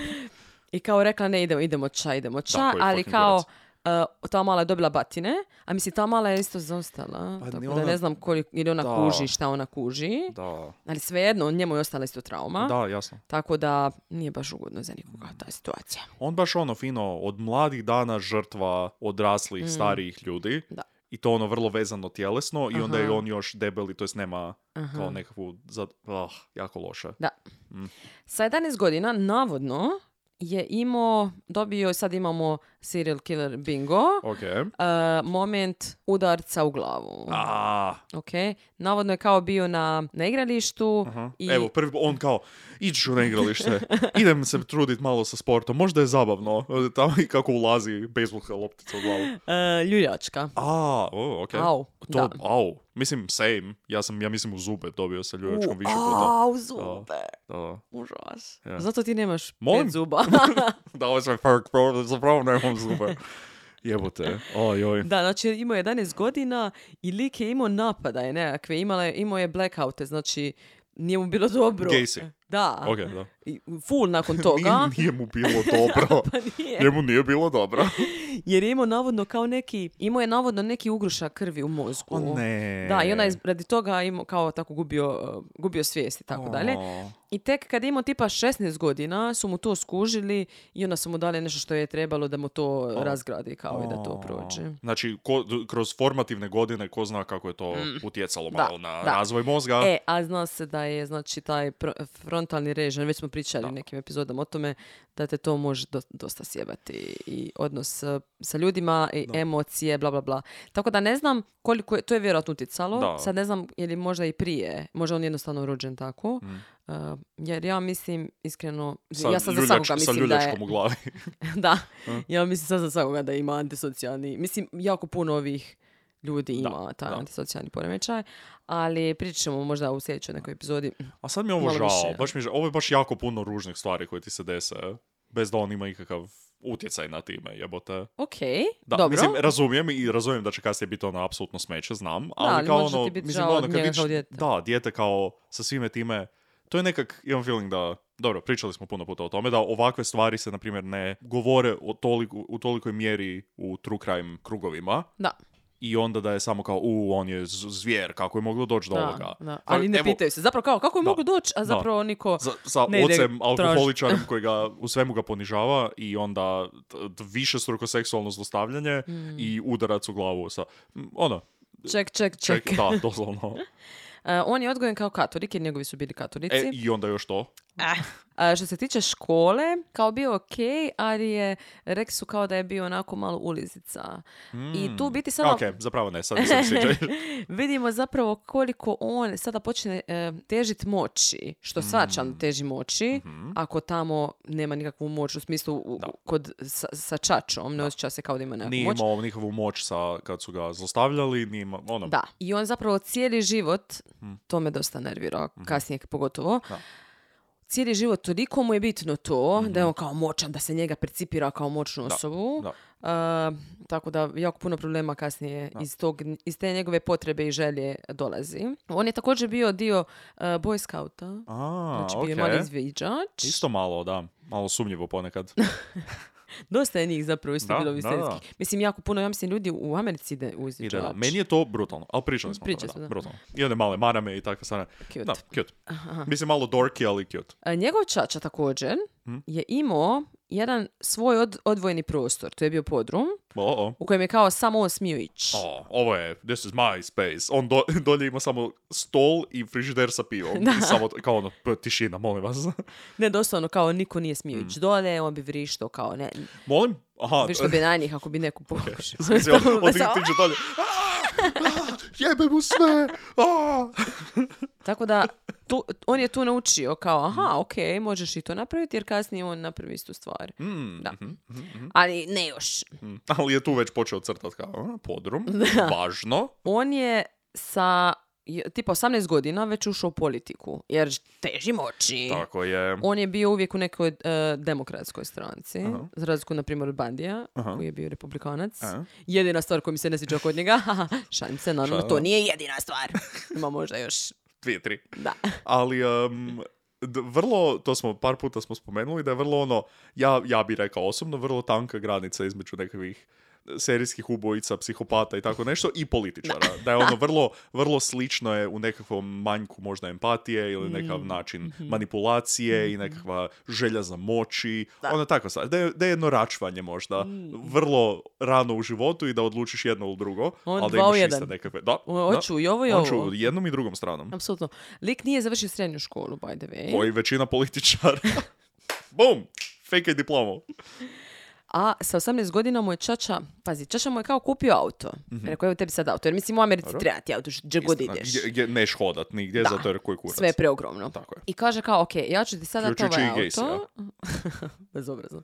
[SPEAKER 5] I kao rekla ne idemo, idemo ča, idemo ča,
[SPEAKER 4] Tako je,
[SPEAKER 5] ali
[SPEAKER 4] fucking
[SPEAKER 5] kao
[SPEAKER 4] gurac.
[SPEAKER 5] uh, ta mala je dobila batine, a mislim ta mala je isto zaostala,
[SPEAKER 4] Pa
[SPEAKER 5] tako
[SPEAKER 4] ni
[SPEAKER 5] da
[SPEAKER 4] ona-
[SPEAKER 5] ne znam koliko, ili ona
[SPEAKER 4] Da.
[SPEAKER 5] kuži, šta ona kuži,
[SPEAKER 4] da.
[SPEAKER 5] ali svejedno, njemu je ostala isto trauma,
[SPEAKER 4] Da, jasno.
[SPEAKER 5] tako da nije baš ugodno za nikoga ta situacija.
[SPEAKER 4] On baš ono fino, od mladih dana žrtva odraslih, starijih ljudi.
[SPEAKER 5] Mm. Da.
[SPEAKER 4] I to ono vrlo vezano tjelesno i onda
[SPEAKER 5] Aha.
[SPEAKER 4] je on još debeli, to jest nema
[SPEAKER 5] Aha.
[SPEAKER 4] kao nekakvu, zad... ah, jako loše.
[SPEAKER 5] Da. Sa 11 godina, navodno, je imao, dobio, sad imamo serial killer bingo,
[SPEAKER 4] Ok.
[SPEAKER 5] e, moment udarca u glavu.
[SPEAKER 4] A,
[SPEAKER 5] Ok, navodno je kao bio na, na igralištu
[SPEAKER 4] aha.
[SPEAKER 5] i
[SPEAKER 4] Evo, prvi, on kao, ići ću na igralište, idem se trudit malo sa sportom, možda je zabavno, tamo i kako ulazi bejsbolka loptica u glavu.
[SPEAKER 5] e, ljuljačka.
[SPEAKER 4] A, o, ok.
[SPEAKER 5] Au,
[SPEAKER 4] To,
[SPEAKER 5] da.
[SPEAKER 4] au, mislim, same, ja sam, ja mislim u zube dobio sa
[SPEAKER 5] U,
[SPEAKER 4] ljuljačkom više puta.
[SPEAKER 5] au, zube.
[SPEAKER 4] Da.
[SPEAKER 5] Užas.
[SPEAKER 4] Ja.
[SPEAKER 5] Zato ti nemaš
[SPEAKER 4] Molim?
[SPEAKER 5] pet zuba.
[SPEAKER 4] da, ovo je sve fak, pro- zapravo nemam zube. Jebote, ojoj.
[SPEAKER 5] Da, znači imao je 11 godina i lik je imao napadaje nekakve, imala je, imao je blackoute, znači nije mu bilo dobro.
[SPEAKER 4] Gay si.
[SPEAKER 5] Da.
[SPEAKER 4] Ok, da.
[SPEAKER 5] I Full nakon toga.
[SPEAKER 4] Nije, nije mu bilo dobro.
[SPEAKER 5] Pa nije.
[SPEAKER 4] Njemu nije bilo dobro.
[SPEAKER 5] Jer je imao navodno kao neki, imao je navodno neki ugrušak krvi u mozgu.
[SPEAKER 4] O ne.
[SPEAKER 5] Da, i ona je radi toga imao kao tako gubio, uh, gubio svijest i tako dalje.
[SPEAKER 4] O.
[SPEAKER 5] I tek kad je imao tipa 16 godina su mu to skužili i onda su mu dali nešto što je trebalo da mu to razgradi kao i Ovaj da to prođe.
[SPEAKER 4] Znači, ko- d- kroz formativne godine ko zna kako je to utjecalo
[SPEAKER 5] Mm. Da,
[SPEAKER 4] malo na
[SPEAKER 5] da.
[SPEAKER 4] razvoj mozga.
[SPEAKER 5] E, a zna se da je znači taj pro- frontalni režim, već smo pričali u nekim epizodama o tome, da te to može do- dosta sjebati i odnos e, sa ljudima i emocije, bla bla bla. Tako da ne znam koliko je, to je vjerojatno utjecalo,
[SPEAKER 4] Da.
[SPEAKER 5] sad ne znam je li možda i prije, možda on jednostavno rođen tako, e, jer ja mislim iskreno,
[SPEAKER 4] sa
[SPEAKER 5] ja sad za
[SPEAKER 4] ljuljač-
[SPEAKER 5] svakoga
[SPEAKER 4] sa
[SPEAKER 5] mislim da je...
[SPEAKER 4] ljuljačkom u glavi.
[SPEAKER 5] da, ja mislim sad za svakoga da ima antisocijalni, mislim jako puno ovih ljudi ima taj
[SPEAKER 4] da.
[SPEAKER 5] antisocijalni poremećaj, ali pričat ćemo možda u sljedećoj nekoj epizodi.
[SPEAKER 4] A sad mi je ovo
[SPEAKER 5] Malo
[SPEAKER 4] žao.
[SPEAKER 5] više.
[SPEAKER 4] Baš mi je žao. Ovo je baš jako puno ružnih stvari koje ti se dese. Bez da on ima ikakav utjecaj na time, jebote.
[SPEAKER 5] Ok,
[SPEAKER 4] Da,
[SPEAKER 5] dobro.
[SPEAKER 4] mislim, razumijem i razumijem da će kasnije biti ono apsolutno smeće, znam, ali
[SPEAKER 5] ali
[SPEAKER 4] kao
[SPEAKER 5] može ti
[SPEAKER 4] ono,
[SPEAKER 5] biti
[SPEAKER 4] mislim,
[SPEAKER 5] žao
[SPEAKER 4] ono,
[SPEAKER 5] od
[SPEAKER 4] kad
[SPEAKER 5] njega
[SPEAKER 4] vidiš,
[SPEAKER 5] kao dijete.
[SPEAKER 4] da, dijete kao sa svime time, to je nekak, imam feeling da, dobro, pričali smo puno puta o tome, da ovakve stvari se, na primjer, ne govore o toliko, u tolikoj mjeri u true crime krugovima,
[SPEAKER 5] da,
[SPEAKER 4] i onda da je samo kao, u, on je z- zvijer, kako je moglo doći do
[SPEAKER 5] da,
[SPEAKER 4] ovoga.
[SPEAKER 5] da.
[SPEAKER 4] Kao,
[SPEAKER 5] Ali ne
[SPEAKER 4] evo,
[SPEAKER 5] pitaju se. Zapravo kao, kako je
[SPEAKER 4] Da.
[SPEAKER 5] mogu doći, a
[SPEAKER 4] Da.
[SPEAKER 5] zapravo niko...
[SPEAKER 4] za, sa
[SPEAKER 5] Ne ide
[SPEAKER 4] ocem
[SPEAKER 5] tražiti.
[SPEAKER 4] alkoholičarom koji ga u svemu ga ponižava i onda više struko seksualno zlostavljanje
[SPEAKER 5] Hmm.
[SPEAKER 4] i udarac u glavu sa, m, ono,
[SPEAKER 5] Ček, ček, ček.
[SPEAKER 4] Ček, da, doslovno.
[SPEAKER 5] E, on je odgojen kao katolik jer njegovi su bili katolici.
[SPEAKER 4] E, i onda još to.
[SPEAKER 5] A, što se tiče škole, kao bio ok, ali je, rekli su kao da je bio onako malo ulizica. I tu
[SPEAKER 4] Hmm,
[SPEAKER 5] u biti sada
[SPEAKER 4] Ok, zapravo ne, sad nisam sjećao.
[SPEAKER 5] vidimo zapravo koliko on sada počne e, težit moći, što svačan teži moći, ako tamo nema nikakvu moć, u smislu u- kod, sa, sa čačom, ne osjeća se kao da ima nekakvu
[SPEAKER 4] Nije
[SPEAKER 5] moć.
[SPEAKER 4] imao nikakvu moć sa, kad su ga zlostavljali, nije imao, ono,
[SPEAKER 5] Da. I on zapravo cijeli život, to me dosta nervirao, kasnije pogotovo,
[SPEAKER 4] Hmm. Da.
[SPEAKER 5] cijeli život toliko mu je bitno to, da je on kao moćan, da se njega percipira kao moćnu osobu.
[SPEAKER 4] Hmm. da.
[SPEAKER 5] E, tako da jako puno problema kasnije iz, tog, iz te njegove potrebe i želje dolazi. On je također bio dio e, Boy Scouta,
[SPEAKER 4] A,
[SPEAKER 5] znači bio je mali
[SPEAKER 4] okej.
[SPEAKER 5] izviđač.
[SPEAKER 4] Isto malo, da, malo sumnjivo ponekad.
[SPEAKER 5] Dosta je njih zapravo isto
[SPEAKER 4] Da,
[SPEAKER 5] bilo
[SPEAKER 4] da,
[SPEAKER 5] visinskih. Mislim, jako puno, ja mislim, ljudi u Americi ide u izviđač.
[SPEAKER 4] Ide, da. Meni je to brutalno, ali pričali smo o tome,
[SPEAKER 5] Pričali smo, da.
[SPEAKER 4] da, brutalno. I one male marame i takve stvari.
[SPEAKER 5] Cute.
[SPEAKER 4] Da, cute. Mislim, malo dorky, ali cute.
[SPEAKER 5] E, Njegov čača također
[SPEAKER 4] Mm.
[SPEAKER 5] je imao jedan svoj od, odvojeni prostor, to je bio podrum,
[SPEAKER 4] O, o.
[SPEAKER 5] u kojem je kao samo on smio ići.
[SPEAKER 4] O, ovo je, this is my space. On do, dolje ima samo stol i frižider sa pivom. I samo, to- kao ono, p- tišina, molim vas.
[SPEAKER 5] Ne, doslovno kao niko nije smio
[SPEAKER 4] Mm.
[SPEAKER 5] ići dole, on bi vrištao kao ne,
[SPEAKER 4] molim? Aha,
[SPEAKER 5] vrištao bi na njih ako bi neku pokušao.
[SPEAKER 4] Mislim, ono, on, on ti- tiče dalje. "A, a, Jebe mu sve! a."
[SPEAKER 5] Tako da, tu, on je tu naučio kao,
[SPEAKER 4] Mm.
[SPEAKER 5] aha, ok, možeš i to napraviti, jer kasnije on napravi istu stvar. Da. Ali ne još.
[SPEAKER 4] Mm, mhm, Ali je tu već počeo crtat kao, "A, podrum, važno.
[SPEAKER 5] On je sa je- tipa 18 godina već ušao u politiku, jer teži moći.
[SPEAKER 4] Tako je.
[SPEAKER 5] On je bio uvijek u nekoj e, demokratskoj stranci, za razliku, na primjer, od Bandija, koji je bio republikanac.
[SPEAKER 4] Aha.
[SPEAKER 5] Jedina stvar koju mi se ne sviđa kod njega, haha, šalim se, naravno,
[SPEAKER 4] Šalim.
[SPEAKER 5] to nije jedina stvar. Ima možda još,
[SPEAKER 4] Dvije, tri.
[SPEAKER 5] da.
[SPEAKER 4] Ali, em, d- vrlo, to smo par puta smo spomenuli, da je vrlo ono, ja, ja bi rekao osobno, vrlo tanka granica između nekakvih serijskih ubojica, psihopata i tako nešto i političara. Da je ono vrlo, vrlo slično je u nekakvom manjku možda empatije ili nekakav
[SPEAKER 5] Mm,
[SPEAKER 4] način
[SPEAKER 5] mhm.
[SPEAKER 4] manipulacije i nekakva želja za moći. Ono tako stvar. Da je, da je jedno račvanje možda
[SPEAKER 5] Mm.
[SPEAKER 4] vrlo rano u životu i da odlučiš jedno ili drugo.
[SPEAKER 5] On
[SPEAKER 4] ali da
[SPEAKER 5] dva u
[SPEAKER 4] imaš iste
[SPEAKER 5] jedan.
[SPEAKER 4] nekakve... Da,
[SPEAKER 5] O,
[SPEAKER 4] da.
[SPEAKER 5] hoću i ovo i
[SPEAKER 4] Hoću
[SPEAKER 5] ovo.
[SPEAKER 4] jednom i drugom stranom
[SPEAKER 5] Apsolutno. Lik nije završio srednju školu, by the way.
[SPEAKER 4] koji većina političara. Bum! Fake diplomu.
[SPEAKER 5] A sa 18 godina mu je čača, pazi, čača mu je kao kupio auto. Rekao, evo tebi sad auto, jer mislim u Americi
[SPEAKER 4] Mhm. Dobro.
[SPEAKER 5] treba ti auto, š- gdje god ideš.
[SPEAKER 4] Gdje, gdje neš hodat nigdje,
[SPEAKER 5] Da.
[SPEAKER 4] zato jer koji kurac.
[SPEAKER 5] Sve je preogromno.
[SPEAKER 4] Tako je.
[SPEAKER 5] I kaže kao, ok, ja ću ti sada to
[SPEAKER 4] Uključujući
[SPEAKER 5] ovaj
[SPEAKER 4] i gejsa.
[SPEAKER 5] auto. Bezobrazno.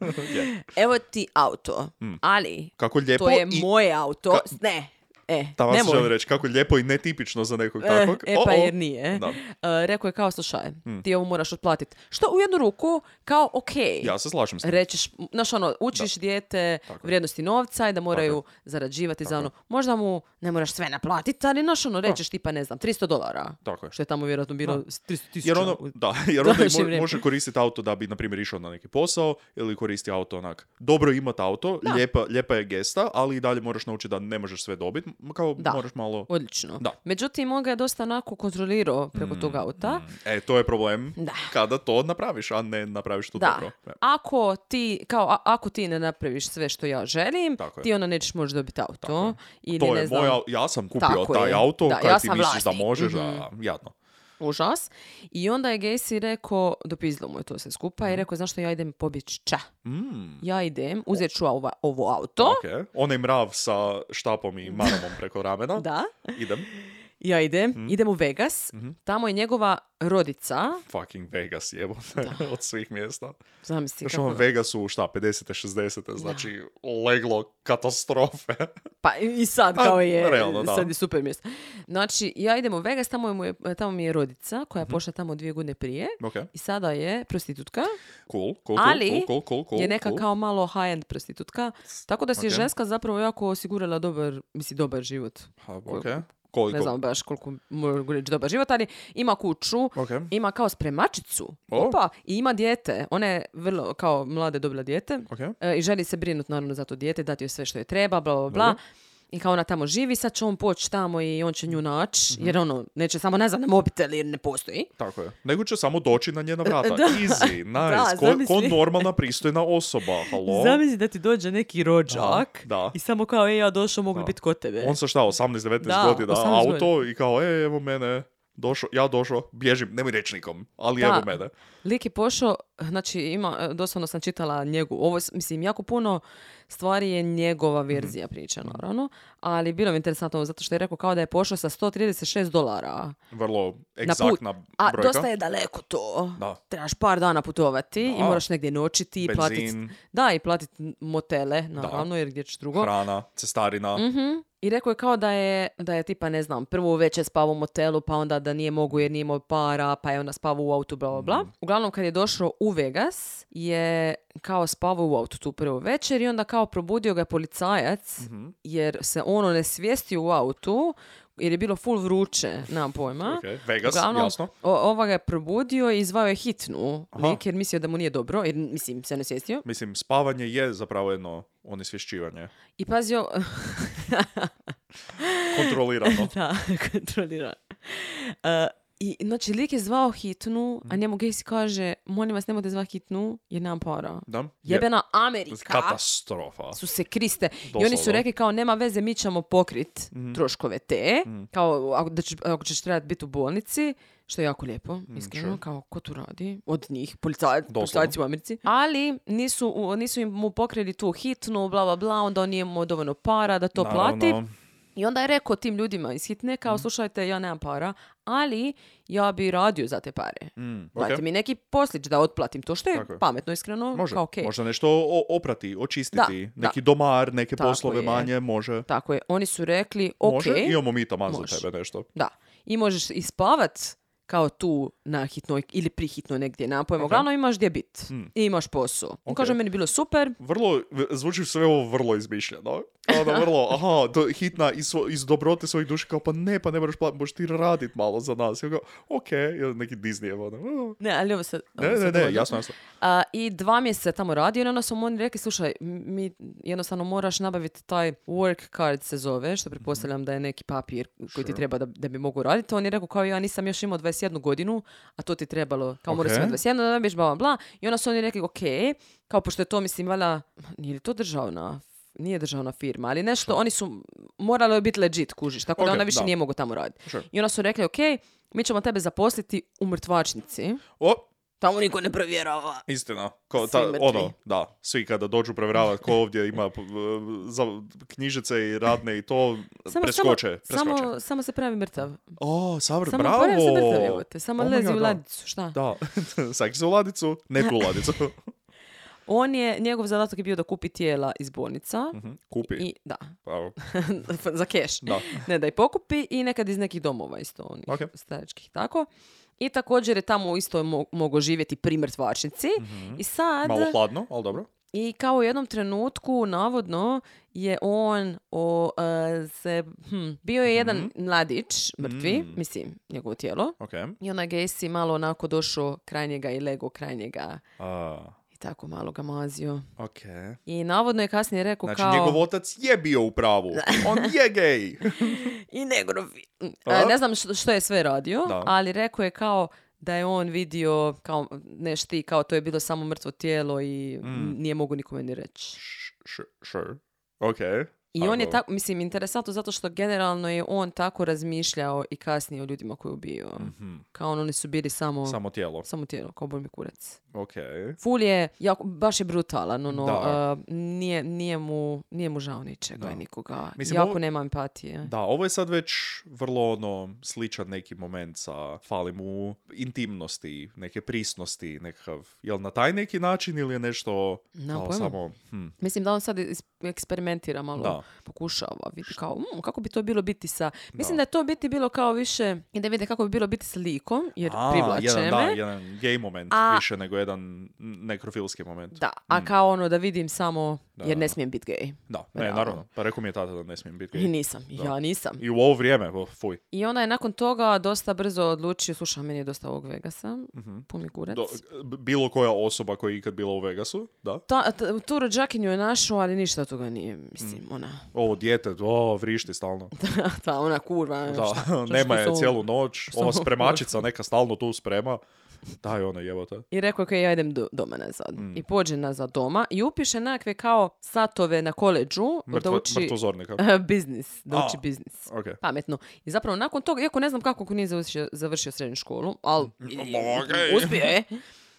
[SPEAKER 5] Evo ti auto, ali
[SPEAKER 4] Mm. Kako lijepo
[SPEAKER 5] to je
[SPEAKER 4] E, i...
[SPEAKER 5] moje auto. Ne, E,
[SPEAKER 4] Ta vam se
[SPEAKER 5] nemoj.
[SPEAKER 4] želi reći kako je lijepo i netipično za nekog
[SPEAKER 5] E,
[SPEAKER 4] takvog.
[SPEAKER 5] e
[SPEAKER 4] O,
[SPEAKER 5] pa
[SPEAKER 4] o.
[SPEAKER 5] jer nije.
[SPEAKER 4] Da. Hmm.
[SPEAKER 5] E, rekao je kao, slušaj, ti ovo moraš otplatiti. Što u jednu ruku, kao, ok.
[SPEAKER 4] Ja se slažem s tim.
[SPEAKER 5] Rećiš, znaš ono, učiš dijete
[SPEAKER 4] Tako je.
[SPEAKER 5] vrijednosti novca i da moraju zarađivati za ono, možda mu ne moraš sve naplatiti, ali znaš ono, rećeš tipa ne znam, 300 dolara.
[SPEAKER 4] Tako je.
[SPEAKER 5] Što je tamo vjerojatno bilo s 300 tisuća.
[SPEAKER 4] Jer ono,
[SPEAKER 5] u-
[SPEAKER 4] da, jer onda i
[SPEAKER 5] današnje
[SPEAKER 4] mo-
[SPEAKER 5] vrijeme.
[SPEAKER 4] može koristiti auto da bi, na primjer, išao na neki posao ili koristi auto onak. Dobro je imat auto,
[SPEAKER 5] Da.
[SPEAKER 4] lijepa, lijepa je gesta, ali i dalje moraš naučiti da ne možeš sve dobiti, kao
[SPEAKER 5] Da.
[SPEAKER 4] moraš malo...
[SPEAKER 5] Odlično.
[SPEAKER 4] Da. Hmm.
[SPEAKER 5] Međutim, on ga je dosta onako kontrolirao preko tog auta.
[SPEAKER 4] E, to je problem
[SPEAKER 5] Da.
[SPEAKER 4] kada to napraviš, a ne napraviš to
[SPEAKER 5] Da,
[SPEAKER 4] dobro. E,
[SPEAKER 5] ako ti, kao, a- ako ti ne napraviš sve što ja želim,
[SPEAKER 4] Tako je.
[SPEAKER 5] ti onda nećeš moći dobiti auto. Ili
[SPEAKER 4] To
[SPEAKER 5] ne
[SPEAKER 4] je
[SPEAKER 5] znam,
[SPEAKER 4] moj, au- ja sam kupio
[SPEAKER 5] Tako
[SPEAKER 4] taj
[SPEAKER 5] je.
[SPEAKER 4] auto,
[SPEAKER 5] Da,
[SPEAKER 4] kaj
[SPEAKER 5] ja
[SPEAKER 4] ti
[SPEAKER 5] sam
[SPEAKER 4] misliš da
[SPEAKER 5] vlasnik. Mhm.
[SPEAKER 4] možeš, a jadno.
[SPEAKER 5] užas. I onda je Gacy rekao, dopizdilo mu je to sve skupa,
[SPEAKER 4] Mhm.
[SPEAKER 5] i rekao, znaš što, ja idem pobjeći ča. Ja idem, uzet ću ova- ovo auto,
[SPEAKER 4] Mm, Ok. Onaj mrav sa štapom i maramom preko ramena.
[SPEAKER 5] da,
[SPEAKER 4] Idem.
[SPEAKER 5] ja idem,
[SPEAKER 4] Mhm.
[SPEAKER 5] idem u Vegas, tamo je njegova rodica,
[SPEAKER 4] Fucking Vegas jebote, od svih mjesta.
[SPEAKER 5] zamisli
[SPEAKER 4] Još
[SPEAKER 5] kako,
[SPEAKER 4] ono Vegasu, šta, 50. 60. znači leglo katastrofe.
[SPEAKER 5] pa i i sad
[SPEAKER 4] A,
[SPEAKER 5] kao je,
[SPEAKER 4] realno, da.
[SPEAKER 5] sad je super mjesto. Znači, ja idem u Vegas, tamo, mu je, tamo mi je rodica
[SPEAKER 4] Mhm.
[SPEAKER 5] koja je pošla tamo dvije godine prije
[SPEAKER 4] ok,
[SPEAKER 5] i sada je prostitutka.
[SPEAKER 4] cool, cool, cool,
[SPEAKER 5] ali
[SPEAKER 4] cool, cool, cool,
[SPEAKER 5] je neka
[SPEAKER 4] cool.
[SPEAKER 5] kao malo high-end prostitutka, tako da si je
[SPEAKER 4] Ok.
[SPEAKER 5] ženska zapravo jako osigurala dobar, misli dobar život.
[SPEAKER 4] Ha,
[SPEAKER 5] Ko-
[SPEAKER 4] ok, koliko?
[SPEAKER 5] Ne znam baš koliko mogu reći dobar život, ali ima kuću,
[SPEAKER 4] Ok.
[SPEAKER 5] ima kao spremačicu,
[SPEAKER 4] O.
[SPEAKER 5] opa, i ima dijete. Ona je vrlo kao mlade dobila dijete
[SPEAKER 4] Ok,
[SPEAKER 5] e, i želi se brinuti naravno za to dijete, dati joj sve što je treba, bla, bla, bla.
[SPEAKER 4] Dobro.
[SPEAKER 5] I kao ona tamo živi, sad će on poći tamo i on će nju naći,
[SPEAKER 4] Mhm.
[SPEAKER 5] jer ono, neće samo, ne znam, na mobitel jer ne postoji.
[SPEAKER 4] tako je. Nego će samo doći na njena vrata.
[SPEAKER 5] Da.
[SPEAKER 4] Easy, nice.
[SPEAKER 5] Da,
[SPEAKER 4] ko, ko
[SPEAKER 5] zamisli.
[SPEAKER 4] normalna pristojna osoba, halo?
[SPEAKER 5] Zamisli da ti dođe neki rođak
[SPEAKER 4] Da, da.
[SPEAKER 5] i samo kao, e, ja došao, mogu
[SPEAKER 4] Da.
[SPEAKER 5] biti kod tebe.
[SPEAKER 4] On sa šta, 18-19
[SPEAKER 5] Da,
[SPEAKER 4] godina,
[SPEAKER 5] 18
[SPEAKER 4] auto i kao, e, evo mene, došao, ja došao, bježim, nemoj reći nikom, ali
[SPEAKER 5] Da.
[SPEAKER 4] evo mene.
[SPEAKER 5] Lik je pošao, znači ima, e, doslovno sam čitala njegu, ovo, je s- mislim, jako puno stvari je njegova
[SPEAKER 4] Mhm.
[SPEAKER 5] verzija priče, naravno, ali bilo mi interesantno ovo, zato što je rekao kao da je pošao sa 136 dolara
[SPEAKER 4] Vrlo
[SPEAKER 5] na put.
[SPEAKER 4] egzaktna
[SPEAKER 5] A
[SPEAKER 4] brojka.
[SPEAKER 5] dosta je daleko to.
[SPEAKER 4] Da.
[SPEAKER 5] Trebaš par dana putovati i
[SPEAKER 4] Da.
[SPEAKER 5] moraš negdje noćiti i
[SPEAKER 4] Benzin.
[SPEAKER 5] platiti. Da, i platiti motele, naravno, jer gdje ćeš drugo.
[SPEAKER 4] Hrana, cestarina,
[SPEAKER 5] Mhm. I rekao je kao da je, da je tipa, ne znam, prvo večer spavao u motelu, pa onda da nije mogu jer nije imao para, pa je onda spavao u autu, bla, bla,
[SPEAKER 4] Mhm.
[SPEAKER 5] bla. Uglavnom, kad je došao u Vegas, je kao spavao u autu tu prvo večer i onda kao probudio ga je policajac,
[SPEAKER 4] Mhm.
[SPEAKER 5] jer se ono ne svijestio u autu, jer je bilo full vruće, nemam pojma.
[SPEAKER 4] ok, Vegas,
[SPEAKER 5] Uglavnom,
[SPEAKER 4] jasno.
[SPEAKER 5] o- ova ga je probudio i zvao je hitnu,
[SPEAKER 4] Aha.
[SPEAKER 5] lik, jer mislio da mu nije dobro, jer mislim, se ne svijestio.
[SPEAKER 4] Mislim, spavanje je zapravo jedno onesvješćivanje.
[SPEAKER 5] I pazio,
[SPEAKER 4] Kontrolirano.
[SPEAKER 5] Da, kontrolira. E, I znači, lik je zvao hitnu,
[SPEAKER 4] Mm.
[SPEAKER 5] a njemu Gacy kaže, molim vas, nemojte zvati hitnu, jer nemam para.
[SPEAKER 4] Da?
[SPEAKER 5] Jebena Amerika
[SPEAKER 4] Katastrofa.
[SPEAKER 5] su se kriste. I oni su
[SPEAKER 4] Doslovno. Mhm.
[SPEAKER 5] rekli kao, nema veze, mi ćemo pokrit troškove te, kao ako, da ćeš, ako ćeš trebati biti u bolnici, što je jako lijepo,
[SPEAKER 4] Mhm,
[SPEAKER 5] iskreno,
[SPEAKER 4] sure.
[SPEAKER 5] kao ko tu radi od njih, policaj, policajci u Americi. Ali nisu, u- nisu im mu pokrili tu hitnu, bla, bla, bla, onda on nije imao dovoljno para da to plati.
[SPEAKER 4] Naravno.
[SPEAKER 5] I onda je rekao tim ljudima iz hitne
[SPEAKER 4] Mhm.
[SPEAKER 5] kao slušajte ja nemam para, ali ja bi radio za te pare.
[SPEAKER 4] Mm, ok.
[SPEAKER 5] Dajte mi neki poslić da otplatim to što je
[SPEAKER 4] Tako je.
[SPEAKER 5] pametno iskreno,
[SPEAKER 4] Može,
[SPEAKER 5] kao okej.
[SPEAKER 4] možda nešto o- oprati, očistiti,
[SPEAKER 5] Da,
[SPEAKER 4] neki domar, neke
[SPEAKER 5] Tako
[SPEAKER 4] poslove
[SPEAKER 5] je.
[SPEAKER 4] manje, može.
[SPEAKER 5] Tako je, oni su rekli ok,
[SPEAKER 4] Može, imamo mi taman
[SPEAKER 5] Može.
[SPEAKER 4] za tebe nešto.
[SPEAKER 5] da. I možeš i spavat kao tu na hitnoj ili prihitnoj negdje, nemam pojma. Uglavnom imaš gdje bit
[SPEAKER 4] Hmm.
[SPEAKER 5] i imaš posao. On
[SPEAKER 4] Ok.
[SPEAKER 5] kaže meni bilo super,
[SPEAKER 4] Vrlo, v- zvuči sve ovo vrlo izmišljeno. Kao da vrlo, aha, do- hitna iz, svo- iz dobrote svojih duši, kao pa ne, pa ne moraš platiti, možeš ti radit malo za nas. Ja kao, ok, ili neki Disneyev, ono. "Mm."
[SPEAKER 5] ne, ali ovo sad...
[SPEAKER 4] Ne,
[SPEAKER 5] ovo
[SPEAKER 4] ne,
[SPEAKER 5] sad
[SPEAKER 4] ne,
[SPEAKER 5] dovoljno.
[SPEAKER 4] jasno, jasno.
[SPEAKER 5] A, I dva mjeseca je tamo radio i onda su mu oni rekli, slušaj, mi jednostavno moraš nabaviti taj work card se zove, što pretpostavljam da je neki papir koji ti
[SPEAKER 4] Sure.
[SPEAKER 5] treba da, da bi mogu raditi. On je rekao kao ja nisam još imao 21 godinu, a to ti trebalo, kao moraš
[SPEAKER 4] Ok.
[SPEAKER 5] imati 21, da dobiješ bla, bla, bla. I onda su oni rekli, ok, kao pošto je to, mislim, valjda, nije li to državna nije državna firma, ali nešto, oni su, moralo je biti legit, kužiš, tako da
[SPEAKER 4] Ok,
[SPEAKER 5] ona više
[SPEAKER 4] da.
[SPEAKER 5] nije mogao tamo raditi.
[SPEAKER 4] Sure.
[SPEAKER 5] I onda su rekli, ok, mi ćemo tebe zaposliti u mrtvačnici.
[SPEAKER 4] O,
[SPEAKER 5] Tamo niko ne provjerava.
[SPEAKER 4] Istina, kao
[SPEAKER 5] Svi
[SPEAKER 4] ta,
[SPEAKER 5] mrtvi.
[SPEAKER 4] ono, da, svi kada dođu provjeravati ko ovdje ima p- v- za knjižice i radne i to, preskoče,
[SPEAKER 5] samo,
[SPEAKER 4] preskoče.
[SPEAKER 5] Samo, samo se pravi mrtav.
[SPEAKER 4] O, Savr,
[SPEAKER 5] Samo
[SPEAKER 4] bravo!
[SPEAKER 5] pravi se mrtav, evo te. Samo
[SPEAKER 4] Oh my
[SPEAKER 5] lezi
[SPEAKER 4] God,
[SPEAKER 5] u
[SPEAKER 4] da.
[SPEAKER 5] ladicu, šta?
[SPEAKER 4] Da, sajki se u ladicu, neku u ladicu.
[SPEAKER 5] On je, njegov zadatak je bio da kupi tijela iz bolnica.
[SPEAKER 4] Mhm. Kupi.
[SPEAKER 5] I, da,
[SPEAKER 4] Au.
[SPEAKER 5] za keš.
[SPEAKER 4] Da.
[SPEAKER 5] Ne, da i pokupi i nekad iz nekih domova isto onih
[SPEAKER 4] Ok.
[SPEAKER 5] staračkih, tako. I također je tamo isto je mo- mogao živjeti pri mrtvačnici. I sad,
[SPEAKER 4] Mhm. Malo hladno, ali dobro.
[SPEAKER 5] i kao u jednom trenutku, navodno, je on o, e, se, hm, bio je jedan mladić, mrtvi,
[SPEAKER 4] Mhm. Mm.
[SPEAKER 5] mislim, njegovo tijelo.
[SPEAKER 4] Ok.
[SPEAKER 5] I onaj Gacy malo onako došao kraj njega i lego kraj njega.
[SPEAKER 4] A,
[SPEAKER 5] I tako malo ga mazio.
[SPEAKER 4] ok.
[SPEAKER 5] I navodno je kasnije rekao
[SPEAKER 4] Znači,
[SPEAKER 5] kao...
[SPEAKER 4] njegov otac je bio u pravu. On je gej.
[SPEAKER 5] I negrovi.
[SPEAKER 4] A?
[SPEAKER 5] ne znam što, što je sve radio,
[SPEAKER 4] Da.
[SPEAKER 5] ali rekao je kao da je on vidio kao neš ti, kao to je bilo samo mrtvo tijelo i
[SPEAKER 4] Mm.
[SPEAKER 5] nije mogu nikome ni reći.
[SPEAKER 4] Š- š- Sure. Ok.
[SPEAKER 5] I on je
[SPEAKER 4] Ako-
[SPEAKER 5] tako, mislim, interesantno zato što generalno je on tako razmišljao i kasnije o ljudima koje je ubio.
[SPEAKER 4] Mhm.
[SPEAKER 5] Kao ono, oni su bili samo, samo.
[SPEAKER 4] Samo tijelo.
[SPEAKER 5] tijelo, kao bol mi kurac.
[SPEAKER 4] Ok.
[SPEAKER 5] Ful je, jako, baš je brutalan, ono,
[SPEAKER 4] Da.
[SPEAKER 5] eh, nije, nije, mu, nije mu žao ničega
[SPEAKER 4] Da.
[SPEAKER 5] i nikoga.
[SPEAKER 4] Mislim,
[SPEAKER 5] jako
[SPEAKER 4] ovo-
[SPEAKER 5] nema empatije.
[SPEAKER 4] Da, ovo je sad već vrlo ono sličan neki moment sa fali mu intimnosti, neke prisnosti, nekakav, jel na taj neki način ili je nešto
[SPEAKER 5] Nemam
[SPEAKER 4] kao
[SPEAKER 5] pojma.
[SPEAKER 4] samo, hm,
[SPEAKER 5] Mislim da on sad is- eksperimentira malo,
[SPEAKER 4] Da.
[SPEAKER 5] pokušava, vidi kao, "Mm, kako bi to bilo biti sa... Mislim da, je to biti bilo kao više, i da vide kako bi bilo biti s likom, jer
[SPEAKER 4] a,
[SPEAKER 5] privlače
[SPEAKER 4] jedan, da,
[SPEAKER 5] me.
[SPEAKER 4] jedan gay moment
[SPEAKER 5] A-
[SPEAKER 4] više nego jedan nekrofilski moment.
[SPEAKER 5] Da, a kao ono da vidim samo,
[SPEAKER 4] Mm. Da,
[SPEAKER 5] jer
[SPEAKER 4] da,
[SPEAKER 5] ne
[SPEAKER 4] da.
[SPEAKER 5] smijem biti gej.
[SPEAKER 4] Da, ne,
[SPEAKER 5] Realno.
[SPEAKER 4] naravno. Pa rekao mi je tata da ne smijem biti
[SPEAKER 5] I
[SPEAKER 4] gay.
[SPEAKER 5] nisam,
[SPEAKER 4] Da.
[SPEAKER 5] ja nisam.
[SPEAKER 4] I u ovo vrijeme, o, fuj.
[SPEAKER 5] I ona je nakon toga dosta brzo odlučio, slušaj, meni je dosta ovog Vegasa,
[SPEAKER 4] Mhm.
[SPEAKER 5] pun mi kurac.
[SPEAKER 4] Do- b- bilo koja osoba koja je ikad bila u Vegasu, da.
[SPEAKER 5] Ta, ta- tu rođakinju je našao, ali ništa od toga nije, mislim, ona,
[SPEAKER 4] Ovo dijete, o, vrišti stalno.
[SPEAKER 5] ta, Mm. ta ona kurva,
[SPEAKER 4] Da,
[SPEAKER 5] šta- šta-
[SPEAKER 4] nema
[SPEAKER 5] što
[SPEAKER 4] je
[SPEAKER 5] su ovo?
[SPEAKER 4] cijelu noć.
[SPEAKER 5] što
[SPEAKER 4] Ova
[SPEAKER 5] su ovo?
[SPEAKER 4] spremačica neka stalno tu sprema. Daj ono jebote.
[SPEAKER 5] I rekao je "Ok, ja idem do, doma nazad.
[SPEAKER 4] Mm.
[SPEAKER 5] I pođe nazad doma i upiše nekakve kao satove na koleđu
[SPEAKER 4] Mrtvo,
[SPEAKER 5] da uči
[SPEAKER 4] Mrtvozornika.
[SPEAKER 5] biznis, da
[SPEAKER 4] A.
[SPEAKER 5] uči biznis.
[SPEAKER 4] Ok.
[SPEAKER 5] Pametno. I zapravo nakon toga, iako ne znam kako ko nije završio, završio srednju školu, ali i-
[SPEAKER 4] Mm, Okej.
[SPEAKER 5] uspio je.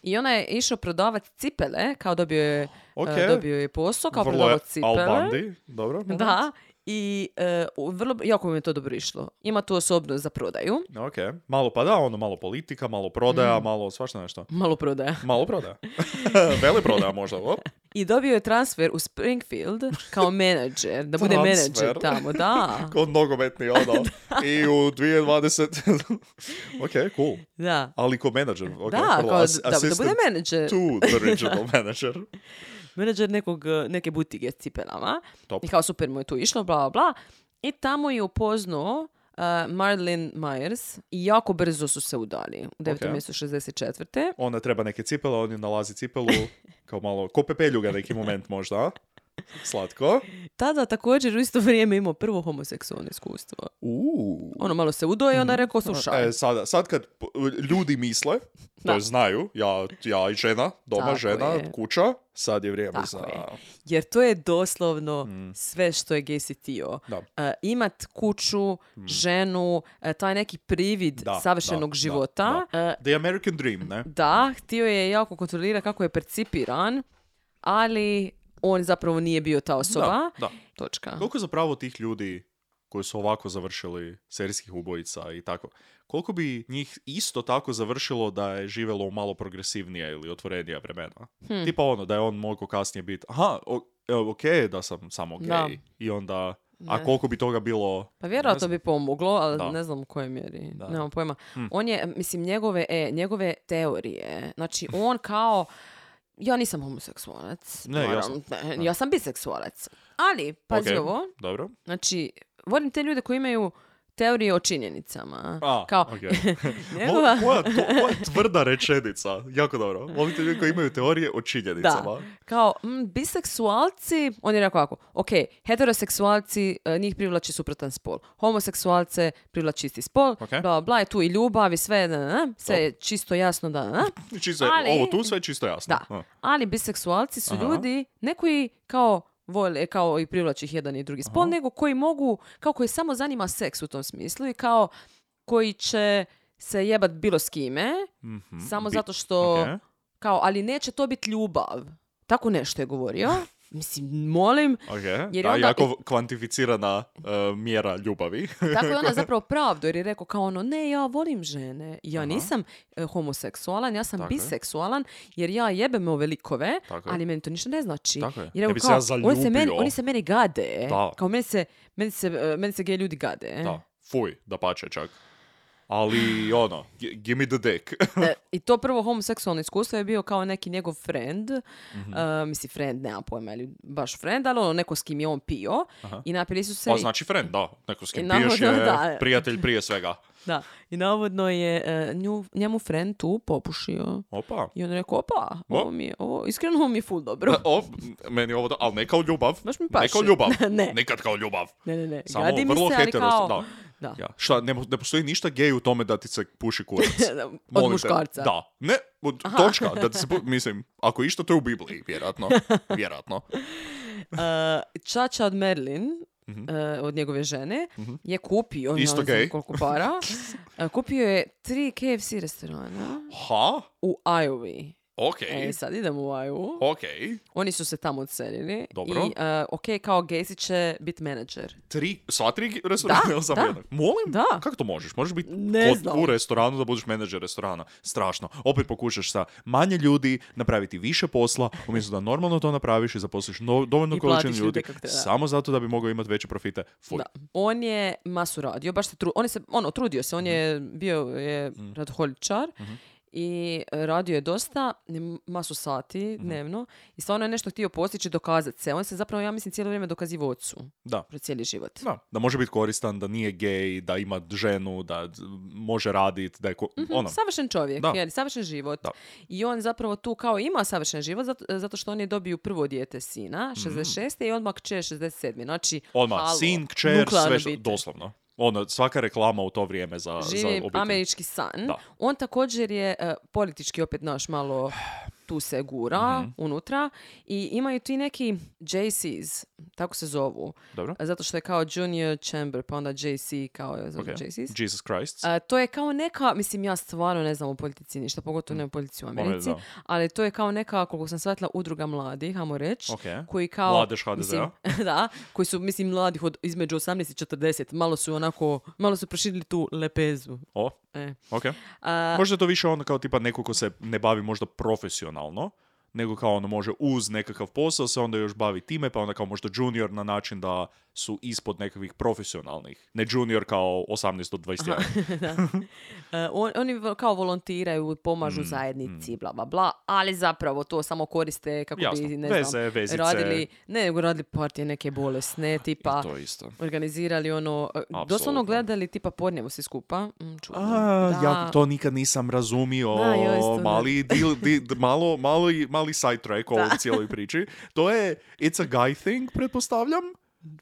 [SPEAKER 5] I ona je išao prodavati cipele, kao dobio je,
[SPEAKER 4] Ok.
[SPEAKER 5] e, dobio je posao, kao
[SPEAKER 4] Vrlo je
[SPEAKER 5] prodavao cipele.
[SPEAKER 4] Al Bundy, dobro.
[SPEAKER 5] Da. I e, u- vrlo, jako mi je to dobro išlo. Ima tu osobnost za prodaju.
[SPEAKER 4] Ok. Malo pa da, ono malo politika, malo prodaja,
[SPEAKER 5] Mm.
[SPEAKER 4] malo svašta nešto.
[SPEAKER 5] Malo prodaja.
[SPEAKER 4] Malo prodaja. Veli prodaja možda. op.
[SPEAKER 5] I dobio je transfer u Springfield kao menadžer, da bude
[SPEAKER 4] Transfer.
[SPEAKER 5] menadžer tamo, da.
[SPEAKER 4] Kod nogometni ono. I u 2020... ok, cool.
[SPEAKER 5] Da,
[SPEAKER 4] Ali ko menadžer. ok,
[SPEAKER 5] da,
[SPEAKER 4] vrlo
[SPEAKER 5] kao,
[SPEAKER 4] as-
[SPEAKER 5] da, da bude
[SPEAKER 4] assistant
[SPEAKER 5] menadžer,
[SPEAKER 4] to the regional manager.
[SPEAKER 5] menadžer nekog, eh, neke butike s cipelama.
[SPEAKER 4] Top.
[SPEAKER 5] I kao super mu je tu išlo, bla, bla, bla. I tamo je upoznao eh, Marilyn Myers i jako brzo su se udali u 9.
[SPEAKER 4] Ok.
[SPEAKER 5] mjestu 64.
[SPEAKER 4] Ona treba neke cipele, on je nalazi cipelu kao malo, ko pepeljuga neki moment možda. a? Slatko.
[SPEAKER 5] Tada također u isto vrijeme imao prvo homoseksualno iskustvo.
[SPEAKER 4] Uuu.
[SPEAKER 5] Ono malo se udoje i onda je rekao, slušaj,
[SPEAKER 4] E, sada, sad kad p- ljudi misle, to
[SPEAKER 5] Da.
[SPEAKER 4] je znaju, ja, ja i žena, doma
[SPEAKER 5] Tako
[SPEAKER 4] žena,
[SPEAKER 5] je.
[SPEAKER 4] kuća, sad je vrijeme
[SPEAKER 5] Tako
[SPEAKER 4] za...
[SPEAKER 5] je. jer to je doslovno sve što je Gacy tio.
[SPEAKER 4] Mm. Da. Mm.
[SPEAKER 5] e, imat kuću, ženu, e, taj neki privid
[SPEAKER 4] Da,
[SPEAKER 5] savršenog
[SPEAKER 4] da,
[SPEAKER 5] života. Da,
[SPEAKER 4] The American Dream, ne?
[SPEAKER 5] da, htio je jako kontrolirati kako je percipiran, ali on zapravo nije bio ta osoba.
[SPEAKER 4] Da, da.
[SPEAKER 5] Točka.
[SPEAKER 4] Koliko zapravo tih ljudi koji su ovako završili serijskih ubojica i tako, koliko bi njih isto tako završilo da je živjelo u malo progresivnija ili otvorenija vremena?
[SPEAKER 5] Hm.
[SPEAKER 4] Tipa ono, da je on mogao kasnije biti, aha, o, e, ok je da sam samo gej.
[SPEAKER 5] Da.
[SPEAKER 4] I onda, a koliko bi toga bilo...
[SPEAKER 5] Pa vjerojatno
[SPEAKER 4] znam.
[SPEAKER 5] bi pomoglo, ali
[SPEAKER 4] Da. Hm.
[SPEAKER 5] ne znam u kojoj mjeri. Nemam pojma. On je, mislim, njegove, e, njegove teorije. Znači, on kao... Ja nisam homoseksualac.
[SPEAKER 4] Ne, ja
[SPEAKER 5] naravno, ne, ja sam biseksualac. Ali, pazi
[SPEAKER 4] Ok,
[SPEAKER 5] ovo,
[SPEAKER 4] Dobro.
[SPEAKER 5] Znači, volim te ljude koji imaju teorije o činjenicama.
[SPEAKER 4] A,
[SPEAKER 5] kao,
[SPEAKER 4] ok.
[SPEAKER 5] njegova...
[SPEAKER 4] Mo- Moja, to, moja tvrda rečenica. Jako dobro. Volite ljudi koji imaju teorije o činjenicama.
[SPEAKER 5] Da, kao mm, biseksualci, on je rekao ovako, ok, heteroseksualci, eh, njih privlači suprotan spol, homoseksualce privlači isti spol,
[SPEAKER 4] Ok.
[SPEAKER 5] bla, bla, je tu i ljubav i sve, na, na, na, sve je čisto jasno, da, na, na.
[SPEAKER 4] Čisto je-
[SPEAKER 5] Ali-
[SPEAKER 4] Ovo tu sve je čisto jasno.
[SPEAKER 5] Da.
[SPEAKER 4] A.
[SPEAKER 5] Ali biseksualci su
[SPEAKER 4] Aha.
[SPEAKER 5] ljudi ne koji kao vole, kao i privlači ih jedan i drugi spol, nego koji mogu, kao koji samo zanima seks u tom smislu i kao koji će se jebat bilo s kime,
[SPEAKER 4] Mhm.
[SPEAKER 5] samo
[SPEAKER 4] Bi-
[SPEAKER 5] zato što,
[SPEAKER 4] ok.
[SPEAKER 5] kao, ali neće to biti ljubav. Tako nešto je govorio. Mislim, molim.
[SPEAKER 4] Okay.
[SPEAKER 5] Jer je
[SPEAKER 4] da,
[SPEAKER 5] onda-
[SPEAKER 4] jako kvantificirana eh, mjera ljubavi.
[SPEAKER 5] Tako je ona zapravo pravdu jer je rekao kao ono, ne, ja volim žene. Ja nisam e, homoseksualan, ja sam
[SPEAKER 4] Tako je.
[SPEAKER 5] biseksualan jer ja jebem ove likove,
[SPEAKER 4] Tako je.
[SPEAKER 5] ali meni to ništa ne znači.
[SPEAKER 4] Tako je.
[SPEAKER 5] Jer
[SPEAKER 4] Ne
[SPEAKER 5] evo
[SPEAKER 4] bi se
[SPEAKER 5] kao,
[SPEAKER 4] ja
[SPEAKER 5] oni, se meni,
[SPEAKER 4] zaljubio.
[SPEAKER 5] oni se meni gade. e.
[SPEAKER 4] Da.
[SPEAKER 5] Kao meni se, meni se, e, meni se gej ljudi gade.
[SPEAKER 4] Da, fuj, da pače čak. Ali ono, gi- give me the dick.
[SPEAKER 5] E, I to prvo homoseksualno iskustvo je bio kao neki njegov friend,
[SPEAKER 4] Mhm.
[SPEAKER 5] e, mislim friend, nemam pojma, ili baš friend, ali ono neko s kim je on pio i napili su se...
[SPEAKER 4] Pa
[SPEAKER 5] i-
[SPEAKER 4] znači friend, da. Neko s kim
[SPEAKER 5] I
[SPEAKER 4] piješ je
[SPEAKER 5] E, navodno, da.
[SPEAKER 4] prijatelj prije svega.
[SPEAKER 5] Da, i navodno je e, nju, njemu friend tu popušio.
[SPEAKER 4] Opa.
[SPEAKER 5] I on je rekao, opa,
[SPEAKER 4] O.
[SPEAKER 5] ovo mi je, ovo, iskreno ovo mi je ful dobro.
[SPEAKER 4] E, O, meni je ovo, da, ali ne kao ljubav.
[SPEAKER 5] Baš mi paše.
[SPEAKER 4] Ne kao ljubav.
[SPEAKER 5] Ne.
[SPEAKER 4] Nikad kao ljubav.
[SPEAKER 5] Ne, ne, ne,
[SPEAKER 4] Samo
[SPEAKER 5] gadi mi
[SPEAKER 4] vrlo
[SPEAKER 5] se, ali
[SPEAKER 4] heterosto-
[SPEAKER 5] kao...
[SPEAKER 4] da.
[SPEAKER 5] da.
[SPEAKER 4] Ja. Šta, ne, mo- ne postoji ništa gej u tome da ti se puši kurac.
[SPEAKER 5] Da, od
[SPEAKER 4] Molim te.
[SPEAKER 5] muškarca.
[SPEAKER 4] Da. Ne, od- točka. Da ti se, pu- mislim, ako išta, to je u Bibliji, vjerojatno. Vjerojatno.
[SPEAKER 5] E, čača od Merlin, e, od njegove žene, je kupio,
[SPEAKER 4] Mhm. Isto
[SPEAKER 5] ne znam
[SPEAKER 4] gej.
[SPEAKER 5] koliko para, e, kupio je tri KFC restorana
[SPEAKER 4] Ha?
[SPEAKER 5] u Iowa.
[SPEAKER 4] Okej.
[SPEAKER 5] E, sad idemo u Iowa.
[SPEAKER 4] Okej.
[SPEAKER 5] Oni su se tamo odselili.
[SPEAKER 4] Dobro.
[SPEAKER 5] I, e, ok, kao Gacy će biti menadžer.
[SPEAKER 4] Tri, sva tri restorana
[SPEAKER 5] Da,
[SPEAKER 4] ili samo
[SPEAKER 5] da.
[SPEAKER 4] jedan? Molim?
[SPEAKER 5] Da.
[SPEAKER 4] Kako to možeš? Možeš biti
[SPEAKER 5] Ne
[SPEAKER 4] kod-
[SPEAKER 5] znam.
[SPEAKER 4] u restoranu da budeš menadžer restorana. Strašno. Opet pokušaš sa manje ljudi napraviti više posla, umjesto da normalno to napraviš i zaposliš no, dovoljnu
[SPEAKER 5] I
[SPEAKER 4] količinu
[SPEAKER 5] platiš ljude
[SPEAKER 4] ljudi,
[SPEAKER 5] kako treba.
[SPEAKER 4] samo zato da bi mogao imati veće profite. Fuj.
[SPEAKER 5] Da. On je masu radio, baš se tru... on je se, ono, trudio se, on je
[SPEAKER 4] Mhm.
[SPEAKER 5] bio je radoholičar i e, radio je dosta, m- masu sati
[SPEAKER 4] Mhm.
[SPEAKER 5] dnevno i stvarno je nešto htio postići, dokazati se. On se zapravo, ja mislim, cijelo vrijeme dokazivo ocu
[SPEAKER 4] Da.
[SPEAKER 5] kroz cijeli život.
[SPEAKER 4] Da, da može biti koristan, da nije gej, da ima ženu, da d- može radit, da je ko-
[SPEAKER 5] Mhm,
[SPEAKER 4] ono.
[SPEAKER 5] Savršen čovjek,
[SPEAKER 4] Da.
[SPEAKER 5] je li, savršen život.
[SPEAKER 4] Da.
[SPEAKER 5] I on zapravo tu kao ima savršen život zato, zato što on je dobio prvo dijete sina, 66. i odmah će 67. Znači,
[SPEAKER 4] Mm. Odmah,
[SPEAKER 5] halo,
[SPEAKER 4] sin, kćer,
[SPEAKER 5] nuklearno
[SPEAKER 4] sve što,
[SPEAKER 5] obitelj.
[SPEAKER 4] doslovno. Ono, svaka reklama u to vrijeme za, za
[SPEAKER 5] Živim
[SPEAKER 4] obitelj.
[SPEAKER 5] američki san.
[SPEAKER 4] Da.
[SPEAKER 5] On također je e, politički opet naš malo tu se gura
[SPEAKER 4] Mhm.
[SPEAKER 5] unutra i imaju ti neki JCs, tako se zovu.
[SPEAKER 4] Dobro.
[SPEAKER 5] Zato što je kao Junior Chamber, pa onda JC kao je
[SPEAKER 4] Ok.
[SPEAKER 5] JCs.
[SPEAKER 4] Jesus Christ.
[SPEAKER 5] E, to je kao neka, mislim ja stvarno ne znam o politici ništa, pogotovo ne o politici u Americi,
[SPEAKER 4] Mhm. Ono da.
[SPEAKER 5] ali to je kao neka, koliko sam shvatila, udruga mladih, hajmo reći,
[SPEAKER 4] Ok.
[SPEAKER 5] koji kao...
[SPEAKER 4] Mladež HDZ-a.
[SPEAKER 5] mislim, da, koji su, mislim, mladih od, između 18 i 40, malo su onako, malo su proširili tu lepezu.
[SPEAKER 4] O,
[SPEAKER 5] E.
[SPEAKER 4] ok.
[SPEAKER 5] A,
[SPEAKER 4] Možda je to više ono kao tipa neko ko se ne bavi možda profesionalno, nego kao ono može uz nekakav posao se onda još bavi time, pa onda kao možda junior na način da su ispod nekakvih profesionalnih. Ne junior kao 18 do 21.
[SPEAKER 5] e, on- oni vo- kao volontiraju, pomažu
[SPEAKER 4] Mm,
[SPEAKER 5] zajednici, bla, bla, bla, ali zapravo to samo koriste kako
[SPEAKER 4] Jasno.
[SPEAKER 5] bi, ne
[SPEAKER 4] Veze,
[SPEAKER 5] znam,
[SPEAKER 4] vezice.
[SPEAKER 5] radili, pa. ne, nego radili partije neke bolesne, tipa,
[SPEAKER 4] to je isto.
[SPEAKER 5] organizirali ono, e, doslovno
[SPEAKER 4] Apsolutno.
[SPEAKER 5] gledali tipa podnjevu svi skupa. Mm, čudno.
[SPEAKER 4] A,
[SPEAKER 5] Da.
[SPEAKER 4] ja to nikad nisam razumio.
[SPEAKER 5] Da, joj, isto, da.
[SPEAKER 4] mali, dil- di- d- malo, malo, i- mali sidetrack o ovoj cijeloj priči. To je it's a guy thing, pretpostavljam.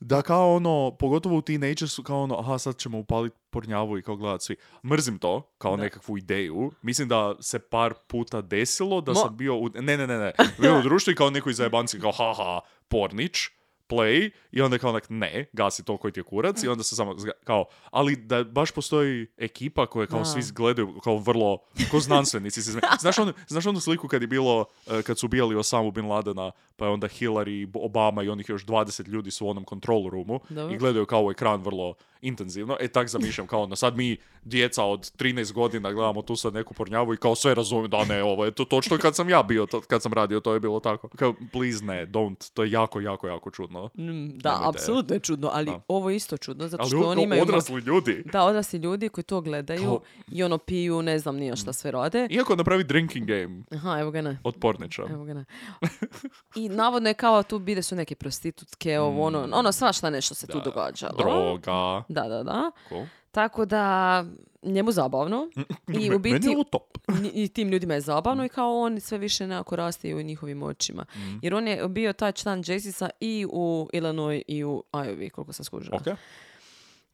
[SPEAKER 4] Da kao ono, pogotovo u teenagersu kao ono, aha sad ćemo upalit pornjavu i kao gledat svi. Mrzim to, kao nekakvu ideju. Mislim da se par puta desilo da
[SPEAKER 5] Mo-
[SPEAKER 4] sam bio u... Ne, ne, ne, ne. Bio u društvu i kao neko iz zajebanci kao haha, pornić, play. I onda kao onak, ne, gasi to koji ti je kurac. I onda se samo zga- kao... Ali da baš postoji ekipa koja kao
[SPEAKER 5] Da.
[SPEAKER 4] svi gledaju kao vrlo... Kao znanstvenici. se zna- znaš, onu, znaš onu sliku kad je bilo... eh, Kad su ubijali Osamu Bin Ladena, pa je onda Hillary, Obama i onih još 20 ljudi su u onom control roomu.
[SPEAKER 5] Dobro.
[SPEAKER 4] I gledaju kao u ekran vrlo intenzivno. E tak zamišljam kao ono, sad mi djeca od 13 godina gledamo tu sad neku pornjavu i kao sve razumijem da ne, ovo je to točno kad sam ja bio, to, kad sam radio, to je bilo tako. Kao, please ne, don't, to je jako, jako, jako čudno.
[SPEAKER 5] Mm, da,
[SPEAKER 4] Nemojte.
[SPEAKER 5] apsolutno je čudno, ali ovo je isto čudno, zato
[SPEAKER 4] Ali
[SPEAKER 5] što
[SPEAKER 4] ono,
[SPEAKER 5] oni imaju...
[SPEAKER 4] odrasli ljudi.
[SPEAKER 5] Da, odrasli ljudi koji to gledaju
[SPEAKER 4] Kao-
[SPEAKER 5] i ono piju, ne znam nije
[SPEAKER 4] Mm.
[SPEAKER 5] šta sve rade.
[SPEAKER 4] Iako napravi drinking game
[SPEAKER 5] Aha, evo ga ne.
[SPEAKER 4] od porniča.
[SPEAKER 5] Evo ga ne. I navodno je kao tu bile su neke prostitutke, ovo,
[SPEAKER 4] Mm.
[SPEAKER 5] ono, ono svašta nešto se tu događalo.
[SPEAKER 4] Droga.
[SPEAKER 5] Da, da, da.
[SPEAKER 4] Cool.
[SPEAKER 5] Tako da njemu zabavno i
[SPEAKER 4] Me-
[SPEAKER 5] u biti
[SPEAKER 4] Meni je ovo top.
[SPEAKER 5] ni- i tim ljudima je zabavno i kao on sve više nekako raste u njihovim očima.
[SPEAKER 4] Mm.
[SPEAKER 5] Jer on je bio taj član Jasisa i u Illinois i u Iowa, koliko sam skužila.
[SPEAKER 4] Ok,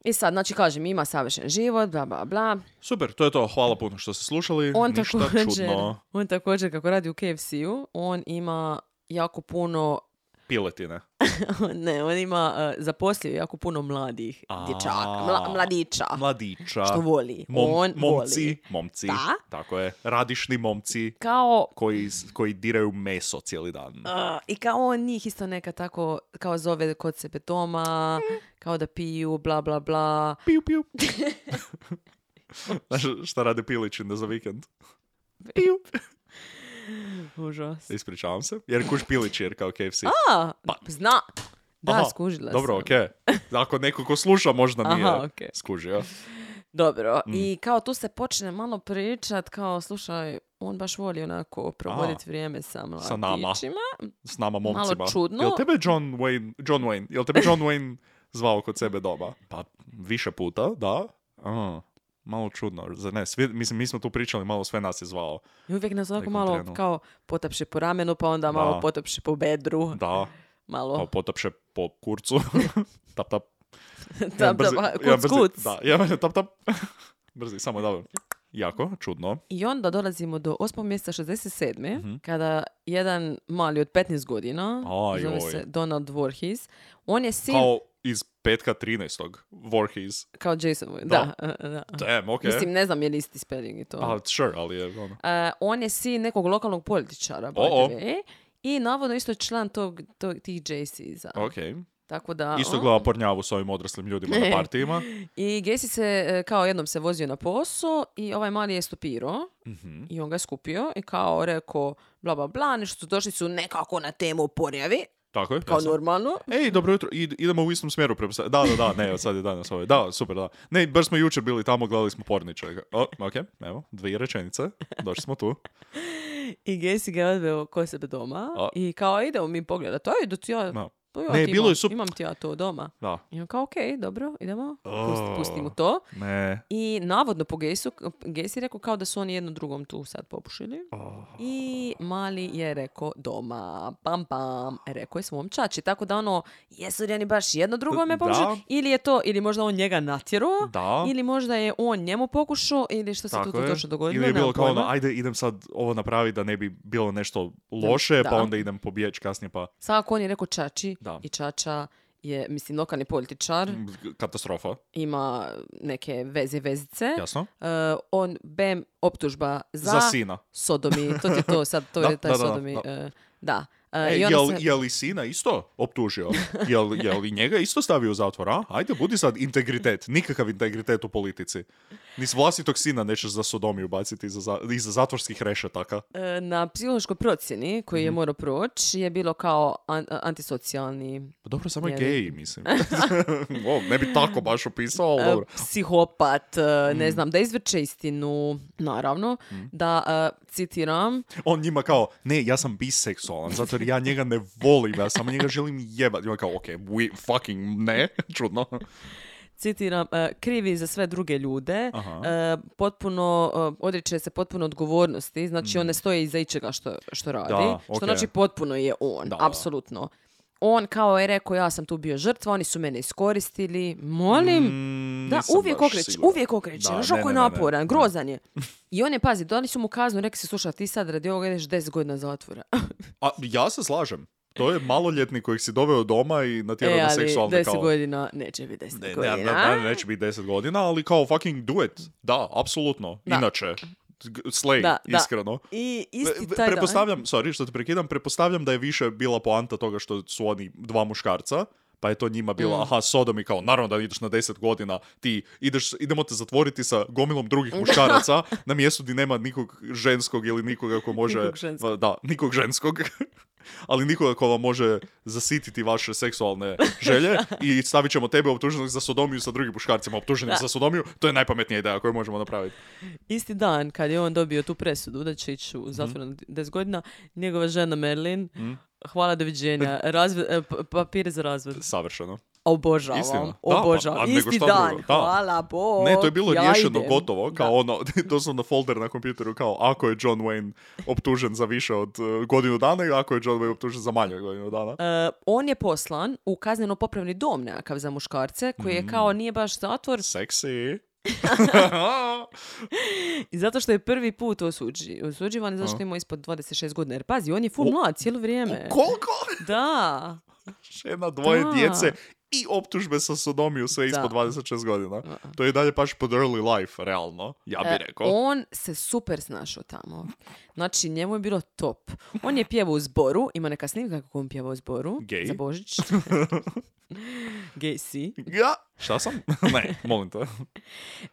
[SPEAKER 5] I sad, znači kažem, ima savršen život, bla, bla, bla.
[SPEAKER 4] super, to je to. Hvala puno što ste slušali.
[SPEAKER 5] On
[SPEAKER 4] Ništa
[SPEAKER 5] također,
[SPEAKER 4] čudno.
[SPEAKER 5] on također kako radi u KFC-u, on ima jako puno
[SPEAKER 4] Piletine.
[SPEAKER 5] ne, on ima, eh, zaposlio je jako puno mladih
[SPEAKER 4] A.
[SPEAKER 5] dječaka, mla- mladića.
[SPEAKER 4] Mladića.
[SPEAKER 5] Što voli.
[SPEAKER 4] Mom-
[SPEAKER 5] On
[SPEAKER 4] momci,
[SPEAKER 5] voli.
[SPEAKER 4] momci.
[SPEAKER 5] Da.
[SPEAKER 4] Tako je. Radišni momci
[SPEAKER 5] Kao
[SPEAKER 4] koji, koji diraju meso cijeli dan.
[SPEAKER 5] A, I kao on njih isto neka tako, kao zove kod sebe doma, kao da piju, bla bla bla.
[SPEAKER 4] Piu, piu. Znaš šta rade piličine za vikend? Piu.
[SPEAKER 5] Užas.
[SPEAKER 4] Ispričavam se. Jer kuš pilić jer kao KFC.
[SPEAKER 5] A, zna. Da,
[SPEAKER 4] Pa. Aha,
[SPEAKER 5] skužila
[SPEAKER 4] Dobro,
[SPEAKER 5] sam.
[SPEAKER 4] okej. Ako neko ko sluša možda nije
[SPEAKER 5] Aha, okej.
[SPEAKER 4] skužio.
[SPEAKER 5] Dobro, i
[SPEAKER 4] Mm.
[SPEAKER 5] kao tu se počne malo pričat, kao slušaj, on baš voli onako provoditi vrijeme sa
[SPEAKER 4] Sa nama.
[SPEAKER 5] mladićima.
[SPEAKER 4] S nama momcima.
[SPEAKER 5] čudno.
[SPEAKER 4] Jel tebe John Wayne, John Wayne, jel tebe John Wayne zvao kod sebe doma? Pa više puta, da. A, malo čudno, zar ne? Svi, mislim, mi smo tu pričali, malo sve nas je zvao.
[SPEAKER 5] I uvijek nas onako
[SPEAKER 4] Nekom
[SPEAKER 5] malo
[SPEAKER 4] trenu.
[SPEAKER 5] kao potapše po ramenu, pa onda
[SPEAKER 4] Da.
[SPEAKER 5] malo potapše po bedru.
[SPEAKER 4] Da, kao
[SPEAKER 5] Malo.
[SPEAKER 4] potapše po kurcu. tap, tap.
[SPEAKER 5] da,
[SPEAKER 4] Jedan brzi-
[SPEAKER 5] da,
[SPEAKER 4] jedan
[SPEAKER 5] kuc,
[SPEAKER 4] brzi-
[SPEAKER 5] kuc.
[SPEAKER 4] Da, jedan tap, tap. brzi, samo dobro. Jako, čudno.
[SPEAKER 5] I onda dolazimo do 8. mjesta 67. kada jedan mali od 15 godina,
[SPEAKER 4] Aj,
[SPEAKER 5] zove
[SPEAKER 4] oj.
[SPEAKER 5] se Donald Voorhees, on je sin kao,
[SPEAKER 4] Kao iz petka 13. Voorhees.
[SPEAKER 5] Jason. Voorhees, Da, e, da. da.
[SPEAKER 4] Damn, okej.
[SPEAKER 5] Mislim, ne znam je li isti spelling i to.
[SPEAKER 4] A, sure, ali je ono.
[SPEAKER 5] E, on je sin nekog lokalnog političara, by the
[SPEAKER 4] O-o.
[SPEAKER 5] way. I navodno isto je član tog, tog, tih JCs-a.
[SPEAKER 4] Okej.
[SPEAKER 5] Tako da...
[SPEAKER 4] Isto
[SPEAKER 5] o.
[SPEAKER 4] gleda pornjavu s ovim odraslim ljudima na partijima.
[SPEAKER 5] I Gacy se, e, kao jednom se vozio na posao i ovaj mali je stopirao i on ga je skupio i kao rekao bla bla bla, nešto su došli su nekako na temu porjavi,
[SPEAKER 4] Tako je.
[SPEAKER 5] kao
[SPEAKER 4] jasno.
[SPEAKER 5] normalno.
[SPEAKER 4] Ej, dobro jutro, Id- idemo u istom smjeru, prepostavljam. Da, da, da, ne, sad je danas ovaj. Da, super, da. Ne, baš smo jučer bili tamo, gledali smo porniče. O, ok, evo, dvije rečenice, došli smo tu.
[SPEAKER 5] I Gacy ga je odveo kod sebe doma
[SPEAKER 4] A.
[SPEAKER 5] i kao idemo mi pogledat, aj da ti ja,
[SPEAKER 4] Da.
[SPEAKER 5] to ja
[SPEAKER 4] Ne,
[SPEAKER 5] ti
[SPEAKER 4] bilo
[SPEAKER 5] imam,
[SPEAKER 4] je sup-
[SPEAKER 5] imam ti ja to doma.
[SPEAKER 4] Da,
[SPEAKER 5] I on kao okej, dobro, idemo,
[SPEAKER 4] O.
[SPEAKER 5] pusti, pusti mu to.
[SPEAKER 4] ne.
[SPEAKER 5] I navodno po Gaysu, Gacy je rekao kao da su oni jedno drugom tu sad popušili.
[SPEAKER 4] Oh.
[SPEAKER 5] I mali je rekao doma, pam pam, rekao je svom čači. Tako da ono, jesu li oni baš jedno drugome
[SPEAKER 4] Da.
[SPEAKER 5] popušili? Ili je to, ili možda on njega natjerao,
[SPEAKER 4] Da.
[SPEAKER 5] ili možda je on njemu pokušao, ili što se tu, tu
[SPEAKER 4] je.
[SPEAKER 5] točno dogodilo.
[SPEAKER 4] Ili je bilo
[SPEAKER 5] nemam
[SPEAKER 4] kao ono,
[SPEAKER 5] pojma.
[SPEAKER 4] ajde idem sad ovo napraviti da ne bi bilo nešto loše,
[SPEAKER 5] Da.
[SPEAKER 4] pa onda idem pobjeći kasnije, pa
[SPEAKER 5] Svakako on je rekao čači
[SPEAKER 4] Da. Mm.
[SPEAKER 5] i čača je, mislim, lokalni političar,
[SPEAKER 4] m, katastrofa,
[SPEAKER 5] ima neke veze vezice.
[SPEAKER 4] jasno.
[SPEAKER 5] E, on, bem, optužba za...
[SPEAKER 4] Za sina.
[SPEAKER 5] Sodomi, to ti je to sad, to
[SPEAKER 4] Da,
[SPEAKER 5] je taj
[SPEAKER 4] da, da,
[SPEAKER 5] Sodomi.
[SPEAKER 4] da.
[SPEAKER 5] e, Da. E,
[SPEAKER 4] E,
[SPEAKER 5] i
[SPEAKER 4] jel,
[SPEAKER 5] onda se-
[SPEAKER 4] je li sina isto optužio? Jel, jel i njega isto stavio u zatvor, a? Ajde, budi sad integritet. Nikakav integritet u politici. Ni s vlastitog sina nećeš za sodomiju baciti iza, za- iza zatvorskih rešetaka.
[SPEAKER 5] e, na psihološkoj procjeni koju
[SPEAKER 4] Mhm.
[SPEAKER 5] je morao proći je bilo kao an- eh, antisocijalni
[SPEAKER 4] Pa dobro, samo je
[SPEAKER 5] Je li?
[SPEAKER 4] gej, mislim. o, ne bi tako baš opisao, ali
[SPEAKER 5] e,
[SPEAKER 4] dobro. Mm.
[SPEAKER 5] psihopat, e, ne znam, da izvrče istinu, naravno, da, e, citiram,
[SPEAKER 4] On njima kao, ne, ja sam biseksualan, zato jer ja njega ne volim, ja samo njega želim jebati. I on kao, ok, we fucking ne, čudno.
[SPEAKER 5] citiram, e, krivi za sve druge ljude,
[SPEAKER 4] Aha.
[SPEAKER 5] e, potpuno, e, odriče se potpuno odgovornosti, znači on ne stoji iza ičega što, što radi,
[SPEAKER 4] Mm. Da,
[SPEAKER 5] što
[SPEAKER 4] okej.
[SPEAKER 5] znači potpuno je on,
[SPEAKER 4] Da, da.
[SPEAKER 5] apsolutno. On kao je rekao, ja sam tu bio žrtva, oni su mene iskoristili, molim,
[SPEAKER 4] Mm,
[SPEAKER 5] Da,
[SPEAKER 4] nisam
[SPEAKER 5] uvijek
[SPEAKER 4] baš
[SPEAKER 5] okreće,
[SPEAKER 4] siguran.
[SPEAKER 5] uvijek okreće.
[SPEAKER 4] Da,
[SPEAKER 5] Znaš
[SPEAKER 4] ne,
[SPEAKER 5] kako je
[SPEAKER 4] ne, ne, ne.
[SPEAKER 5] naporan, grozan je. I on je, pazi, dali su mu kaznu, rekli se, slušaj, ti sad radi ovoga ideš 10 godina zatvora.
[SPEAKER 4] A ja se slažem. To je maloljetnik kojeg si doveo doma i natjerao
[SPEAKER 5] e,
[SPEAKER 4] na
[SPEAKER 5] ali
[SPEAKER 4] seksualne
[SPEAKER 5] 10
[SPEAKER 4] kao...
[SPEAKER 5] godina neće biti 10
[SPEAKER 4] Ne,
[SPEAKER 5] godina.
[SPEAKER 4] ne, ne, ne, neće biti 10 godina, ali kao fucking do it. Da, apsolutno.
[SPEAKER 5] Da.
[SPEAKER 4] Inače, g- slay,
[SPEAKER 5] Da, da.
[SPEAKER 4] iskreno.
[SPEAKER 5] I
[SPEAKER 4] Ve-
[SPEAKER 5] isti
[SPEAKER 4] ve-
[SPEAKER 5] taj dan,
[SPEAKER 4] Prepostavljam, sorry što te prekidam, prepostavljam da je više bila poanta toga što su oni dva muškarca, pa je to njima bila,
[SPEAKER 5] Mm.
[SPEAKER 4] aha, Sodom i kao, naravno da ideš na 10 godina, ti ideš, idemo te zatvoriti sa gomilom drugih muškaraca, na mjestu gdje nema nikog ženskog ili nikoga ko može,
[SPEAKER 5] Nikog ženskog.
[SPEAKER 4] da, nikog ženskog, ali nikoga ko vam može zasititi vaše seksualne želje i stavit ćemo tebe optuženog za sodomiju sa drugim muškarcima optuženim za sodomiju, to je najpametnija ideja koju možemo napraviti.
[SPEAKER 5] isti dan kad je on dobio tu presudu da će ići
[SPEAKER 4] Mhm.
[SPEAKER 5] u zatvor na 10 godina, njegova žena Merlin, hvala doviđenja, razve, e, p- papire za razvod.
[SPEAKER 4] Savršeno.
[SPEAKER 5] Obožavam,
[SPEAKER 4] Istina, da, pa- a
[SPEAKER 5] obožavam.
[SPEAKER 4] nego
[SPEAKER 5] isti
[SPEAKER 4] šta
[SPEAKER 5] dan,
[SPEAKER 4] drugo, da.
[SPEAKER 5] hvala Bog,
[SPEAKER 4] Ne, to je bilo
[SPEAKER 5] ja
[SPEAKER 4] riješeno
[SPEAKER 5] idem.
[SPEAKER 4] gotovo, kao
[SPEAKER 5] Da.
[SPEAKER 4] ono, doslovno folder na kompjuteru, kao ako je John Wayne optužen za više od e, godinu dana i ako je John Wayne optužen za manje od godinu dana.
[SPEAKER 5] E, on je poslan u kazneno popravni dom nekakav za muškarce, koji
[SPEAKER 4] Mhm.
[SPEAKER 5] je kao nije baš zatvor,
[SPEAKER 4] Seksi.
[SPEAKER 5] i zato što je prvi put osuđi, osuđivan i zato što je imao ispod 26 godina. Jer pazi, on je full mlad cijelo vrijeme.
[SPEAKER 4] Koliko?
[SPEAKER 5] Da,
[SPEAKER 4] žena, dvoje
[SPEAKER 5] E. Da.
[SPEAKER 4] djece i optužbe sa sodomiju sve ispod
[SPEAKER 5] Da.
[SPEAKER 4] 26 godina.
[SPEAKER 5] Da.
[SPEAKER 4] To je i dalje paš pod early life, realno. Ja
[SPEAKER 5] E,
[SPEAKER 4] bi rekao.
[SPEAKER 5] on se super snašao tamo. Znači, njemu je bilo top. On je pjevao u zboru, ima neka snimka kako on pjeva u zboru.
[SPEAKER 4] Gay.
[SPEAKER 5] Za Božić. Gay si.
[SPEAKER 4] Ja, šta sam? ne, molim te.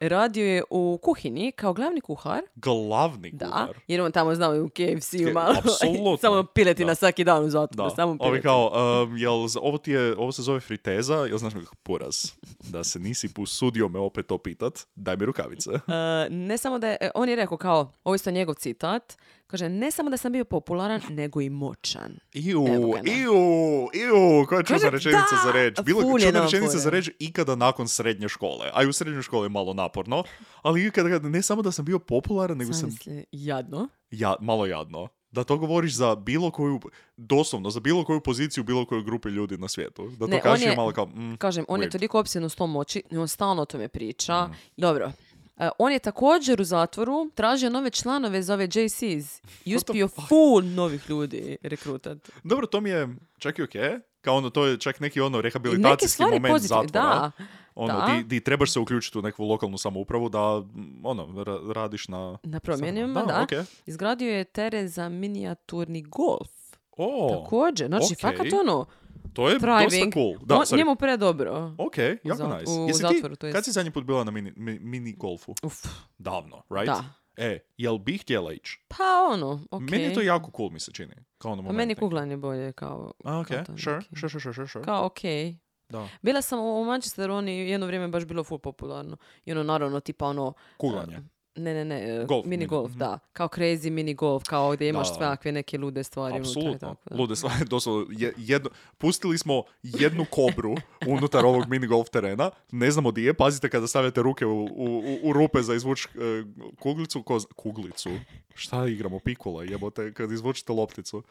[SPEAKER 5] Radio je u kuhinji kao glavni kuhar.
[SPEAKER 4] Glavni
[SPEAKER 5] Da,
[SPEAKER 4] kuhar.
[SPEAKER 5] jer on tamo znao i u KFC-u malo.
[SPEAKER 4] apsolutno.
[SPEAKER 5] samo piletina
[SPEAKER 4] Da.
[SPEAKER 5] svaki dan u zatvoru.
[SPEAKER 4] Da,
[SPEAKER 5] Samo
[SPEAKER 4] ovi
[SPEAKER 5] piletina.
[SPEAKER 4] kao, um, jel, za- ovo, ti je, ovo se zove friteza, jel znaš nekakav poraz? Da se nisi usudio me opet to pitat, daj mi rukavice.
[SPEAKER 5] E, ne samo da je, e, on je rekao kao, ovo je isto njegov citat, kaže, ne samo da sam bio popularan, nego i moćan.
[SPEAKER 4] Iu,
[SPEAKER 5] Evo ga, da.
[SPEAKER 4] iu, iu, koja je čudna
[SPEAKER 5] Kaže,
[SPEAKER 4] rečenica
[SPEAKER 5] da,
[SPEAKER 4] za reći. Bilo
[SPEAKER 5] ful
[SPEAKER 4] je
[SPEAKER 5] je
[SPEAKER 4] čudna
[SPEAKER 5] naporno.
[SPEAKER 4] rečenica za reći ikada nakon srednje škole. A i u srednjoj školi je malo naporno. Ali ikada, kad- ne samo da sam bio popularan, nego sam
[SPEAKER 5] Zamisli, jadno.
[SPEAKER 4] ja, malo jadno. Da to govoriš za bilo koju, doslovno, za bilo koju poziciju, bilo koju grupi ljudi na svijetu. Da to
[SPEAKER 5] Ne, on
[SPEAKER 4] kažeš je...
[SPEAKER 5] je-
[SPEAKER 4] malo kao, mm,
[SPEAKER 5] Kažem, on je
[SPEAKER 4] Weird. Mhm.
[SPEAKER 5] toliko opsjen s tom moći, i on stalno o tome priča. Dobro. E, on je također u zatvoru tražio nove članove za ove JCs i
[SPEAKER 4] What the
[SPEAKER 5] uspio full novih ljudi rekrutat.
[SPEAKER 4] Dobro, to mi je čak i okej. Kao ono, to je čak neki ono
[SPEAKER 5] I neke
[SPEAKER 4] rehabilitacijski
[SPEAKER 5] stvari
[SPEAKER 4] moment
[SPEAKER 5] pozitivne,
[SPEAKER 4] zatvora.
[SPEAKER 5] da.
[SPEAKER 4] ono,
[SPEAKER 5] da.
[SPEAKER 4] Di, di trebaš se uključiti u neku lokalnu samoupravu da mm, ono, ra- radiš na...
[SPEAKER 5] Na promjenima,
[SPEAKER 4] Da,
[SPEAKER 5] da.
[SPEAKER 4] okej.
[SPEAKER 5] Izgradio je teren za minijaturni golf.
[SPEAKER 4] O,
[SPEAKER 5] Također, znači,
[SPEAKER 4] okej.
[SPEAKER 5] fakat ono,
[SPEAKER 4] to je dosta
[SPEAKER 5] thriving.
[SPEAKER 4] cool. Da,
[SPEAKER 5] on,
[SPEAKER 4] sorry.
[SPEAKER 5] njemu predobro.
[SPEAKER 4] Ok, jako
[SPEAKER 5] zat-
[SPEAKER 4] nice.
[SPEAKER 5] u
[SPEAKER 4] Jesi
[SPEAKER 5] zatvoru, to
[SPEAKER 4] ti,
[SPEAKER 5] jest.
[SPEAKER 4] kad si zadnji put bila na mini, mi- mini golfu?
[SPEAKER 5] Uf,
[SPEAKER 4] Davno, right?
[SPEAKER 5] Da.
[SPEAKER 4] E, jel bi htjela ići?
[SPEAKER 5] pa ono, ok.
[SPEAKER 4] Meni je to jako cool, mi se čini. Kao ono
[SPEAKER 5] Pa meni
[SPEAKER 4] moment neki.
[SPEAKER 5] kuglan je bolje kao...
[SPEAKER 4] A, ok,
[SPEAKER 5] kao to
[SPEAKER 4] sure,
[SPEAKER 5] neki.
[SPEAKER 4] sure, sure, sure, sure, sure.
[SPEAKER 5] Kao ok.
[SPEAKER 4] Da.
[SPEAKER 5] Bila sam u u Manchesteru, oni jedno vrijeme baš bilo full popularno. I ono, naravno, tipa ono...
[SPEAKER 4] Kuglanje.
[SPEAKER 5] Ne, ne, ne,
[SPEAKER 4] Golf,
[SPEAKER 5] golf,
[SPEAKER 4] mini,
[SPEAKER 5] mini golf,
[SPEAKER 4] mhm.
[SPEAKER 5] da. Kao crazy mini golf, kao gdje
[SPEAKER 4] Da.
[SPEAKER 5] imaš svakakve neke lude stvari. unutra i
[SPEAKER 4] Apsolutno.
[SPEAKER 5] tako, da.
[SPEAKER 4] Lude stvari, doslovno, je- jedno, pustili smo jednu kobru unutar ovog mini golf terena, ne znamo di je, pazite kada stavljate ruke u, u, u- u rupe za izvuč e, kuglicu, ko zna- kuglicu, šta igramo, pikula, jebote, kad izvučete lopticu.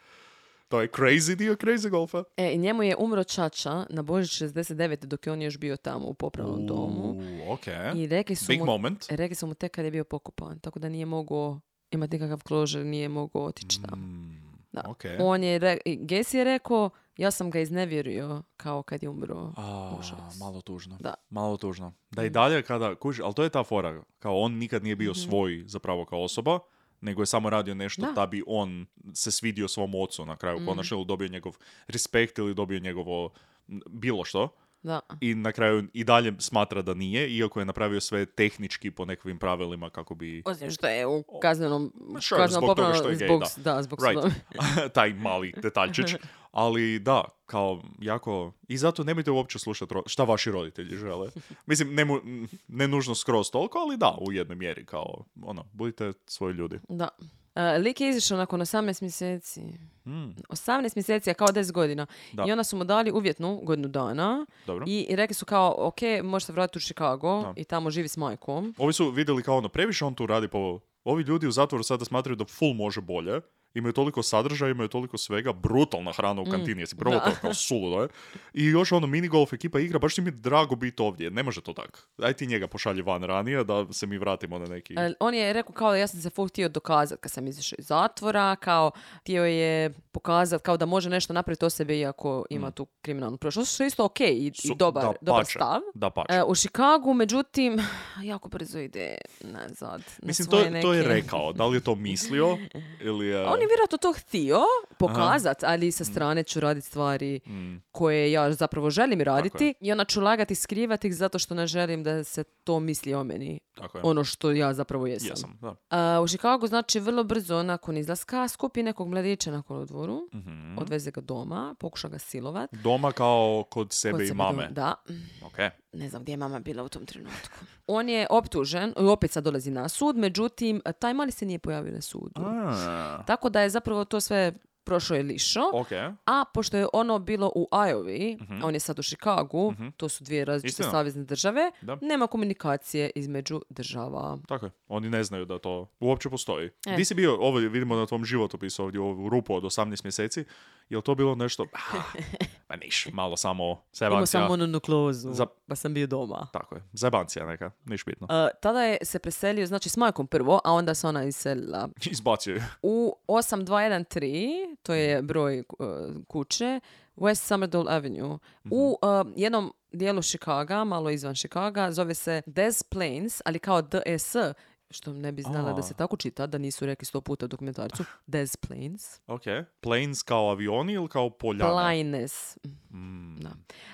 [SPEAKER 4] To je crazy dio crazy golfa.
[SPEAKER 5] E, i njemu je umro čača na Božić 69. dok je on još bio tamo u popravnom domu.
[SPEAKER 4] Uuu, ok.
[SPEAKER 5] I e, rekli su
[SPEAKER 4] e? Big
[SPEAKER 5] mu...
[SPEAKER 4] moment.
[SPEAKER 5] Rekli su mu tek kad je bio pokopan, tako da nije mogao imati nikakav kložer, nije mogao otići tamo.
[SPEAKER 4] Mm,
[SPEAKER 5] Da.
[SPEAKER 4] Ok.
[SPEAKER 5] On je, re, i Gesi je rekao, ja sam ga iznevjerio kao kad je umro.
[SPEAKER 4] A,
[SPEAKER 5] Užas.
[SPEAKER 4] malo tužno.
[SPEAKER 5] Da. Mm.
[SPEAKER 4] Malo tužno. Da i dalje kada, kuži, ali to je ta fora, kao on nikad nije bio svoj zapravo kao osoba, nego je samo radio nešto da,
[SPEAKER 5] Mhm. Da. Mhm.
[SPEAKER 4] bi on se svidio svom ocu na kraju konačno ili dobio njegov respekt ili dobio njegovo m, bilo što
[SPEAKER 5] Da.
[SPEAKER 4] i na kraju i dalje smatra da nije iako je napravio sve tehnički po nekakvim pravilima kako bi
[SPEAKER 5] Osim što je u kaznenom,
[SPEAKER 4] Sure,
[SPEAKER 5] kaznenom
[SPEAKER 4] zbog toga
[SPEAKER 5] popravnom-
[SPEAKER 4] što je gej,
[SPEAKER 5] zbog,
[SPEAKER 4] da.
[SPEAKER 5] da. zbog sudom.
[SPEAKER 4] Right. Taj mali detaljčić. Ali da, kao jako... I zato nemojte uopće slušati ro- šta vaši roditelji žele. Mislim, ne, mu- ne nužno skroz toliko, ali da, u jednoj mjeri. Kao, ono, budite svoji ljudi.
[SPEAKER 5] Da. E, lik je izišao nakon 18 mjeseci.
[SPEAKER 4] Mm,
[SPEAKER 5] 18 mjeseci, a kao 10 godina.
[SPEAKER 4] Da.
[SPEAKER 5] I onda su mu dali uvjetnu godinu dana.
[SPEAKER 4] dobro.
[SPEAKER 5] I, i rekli su kao, ok, možete vratiti u Chicago
[SPEAKER 4] Da.
[SPEAKER 5] i tamo živi s majkom.
[SPEAKER 4] Ovi su vidjeli kao ono, previše on tu radi po... Ovi ljudi u zatvoru sada smatraju da full može bolje. Imaju toliko sadržaja, imaju toliko svega. Brutalna hrana
[SPEAKER 5] Mm,
[SPEAKER 4] u kantini. Jesi prvo to kao suludo je. I još ono mini golf ekipa igra. Baš ti mi je drago biti ovdje. Ne može to tak. Aj ti njega pošalji van ranije da se mi vratimo na neki...
[SPEAKER 5] E, On je rekao kao da ja sam se full htio dokazati kad sam izišao iz zatvora, kao htio je pokazati kao da može nešto napraviti o sebi iako ima tu kriminalnu prošlost, što je isto ok i, i
[SPEAKER 4] Hmm. Su-
[SPEAKER 5] dobar,
[SPEAKER 4] dapače,
[SPEAKER 5] dobar stav.
[SPEAKER 4] dapače.
[SPEAKER 5] E, u Chicagu, međutim, jako brzo ide nazad. na
[SPEAKER 4] Mislim, to,
[SPEAKER 5] svoje
[SPEAKER 4] je- to je
[SPEAKER 5] neke-
[SPEAKER 4] rekao. Da li je to mislio ili je...
[SPEAKER 5] On je vjerojatno to htio pokazat, ali sa strane ću raditi stvari
[SPEAKER 4] Mm,
[SPEAKER 5] koje ja zapravo želim raditi i onda ću lagati i skrivati ih zato što ne želim da se to misli o meni.
[SPEAKER 4] tako je.
[SPEAKER 5] Ono što ja zapravo jesam.
[SPEAKER 4] Jesam, da.
[SPEAKER 5] A, u Chicagu, znači, vrlo brzo nakon izlaska skupi nekog mladića na kolodvoru,
[SPEAKER 4] Mhm.
[SPEAKER 5] odveze ga doma, pokuša ga silovat.
[SPEAKER 4] Doma kao kod sebe
[SPEAKER 5] Kod
[SPEAKER 4] i
[SPEAKER 5] sebe
[SPEAKER 4] mame.
[SPEAKER 5] doma- Da,
[SPEAKER 4] Ok.
[SPEAKER 5] ne znam gdje je mama bila u tom trenutku. On je optužen, i opet sad dolazi na sud, međutim, taj mali se nije pojavio na sudu.
[SPEAKER 4] A,
[SPEAKER 5] Tako da je zapravo to sve prošlo je lišo.
[SPEAKER 4] ok.
[SPEAKER 5] A pošto je ono bilo u Ajovi, a on je sad u Chicagu, to su dvije različite
[SPEAKER 4] Mhm. Istina.
[SPEAKER 5] savezne države,
[SPEAKER 4] Da.
[SPEAKER 5] nema komunikacije između država.
[SPEAKER 4] Tako je. Oni ne znaju da to uopće postoji.
[SPEAKER 5] E.
[SPEAKER 4] Di si bio, ovo je- vidimo na tvom životopisu ovdje u ovu rupu od 18 mjeseci, je li to bilo nešto... Ah, Ma niš, malo samo
[SPEAKER 5] Imao
[SPEAKER 4] zajebancija.
[SPEAKER 5] sam ono- mononukleozu,
[SPEAKER 4] Za-
[SPEAKER 5] pa sam bio doma.
[SPEAKER 4] Tako je, zajebancija neka, niš bitno.
[SPEAKER 5] E, tada je se preselio, znači s majkom prvo, a onda se ona iselila
[SPEAKER 4] Izbacio je.
[SPEAKER 5] u 8213, to je
[SPEAKER 4] Mhm.
[SPEAKER 5] broj e, kuće, West Somerville Avenue, u
[SPEAKER 4] Mhm.
[SPEAKER 5] e, jednom dijelu Chicaga, malo izvan Chicaga, zove se Des Plains, ali kao DS, što ne bi znala da se tako čita, da nisu rekli sto puta u dokumentarcu,
[SPEAKER 4] Ah.
[SPEAKER 5] Des Plains.
[SPEAKER 4] Ok. Planes kao avioni ili kao Mm. poljana?
[SPEAKER 5] Plaines. Da.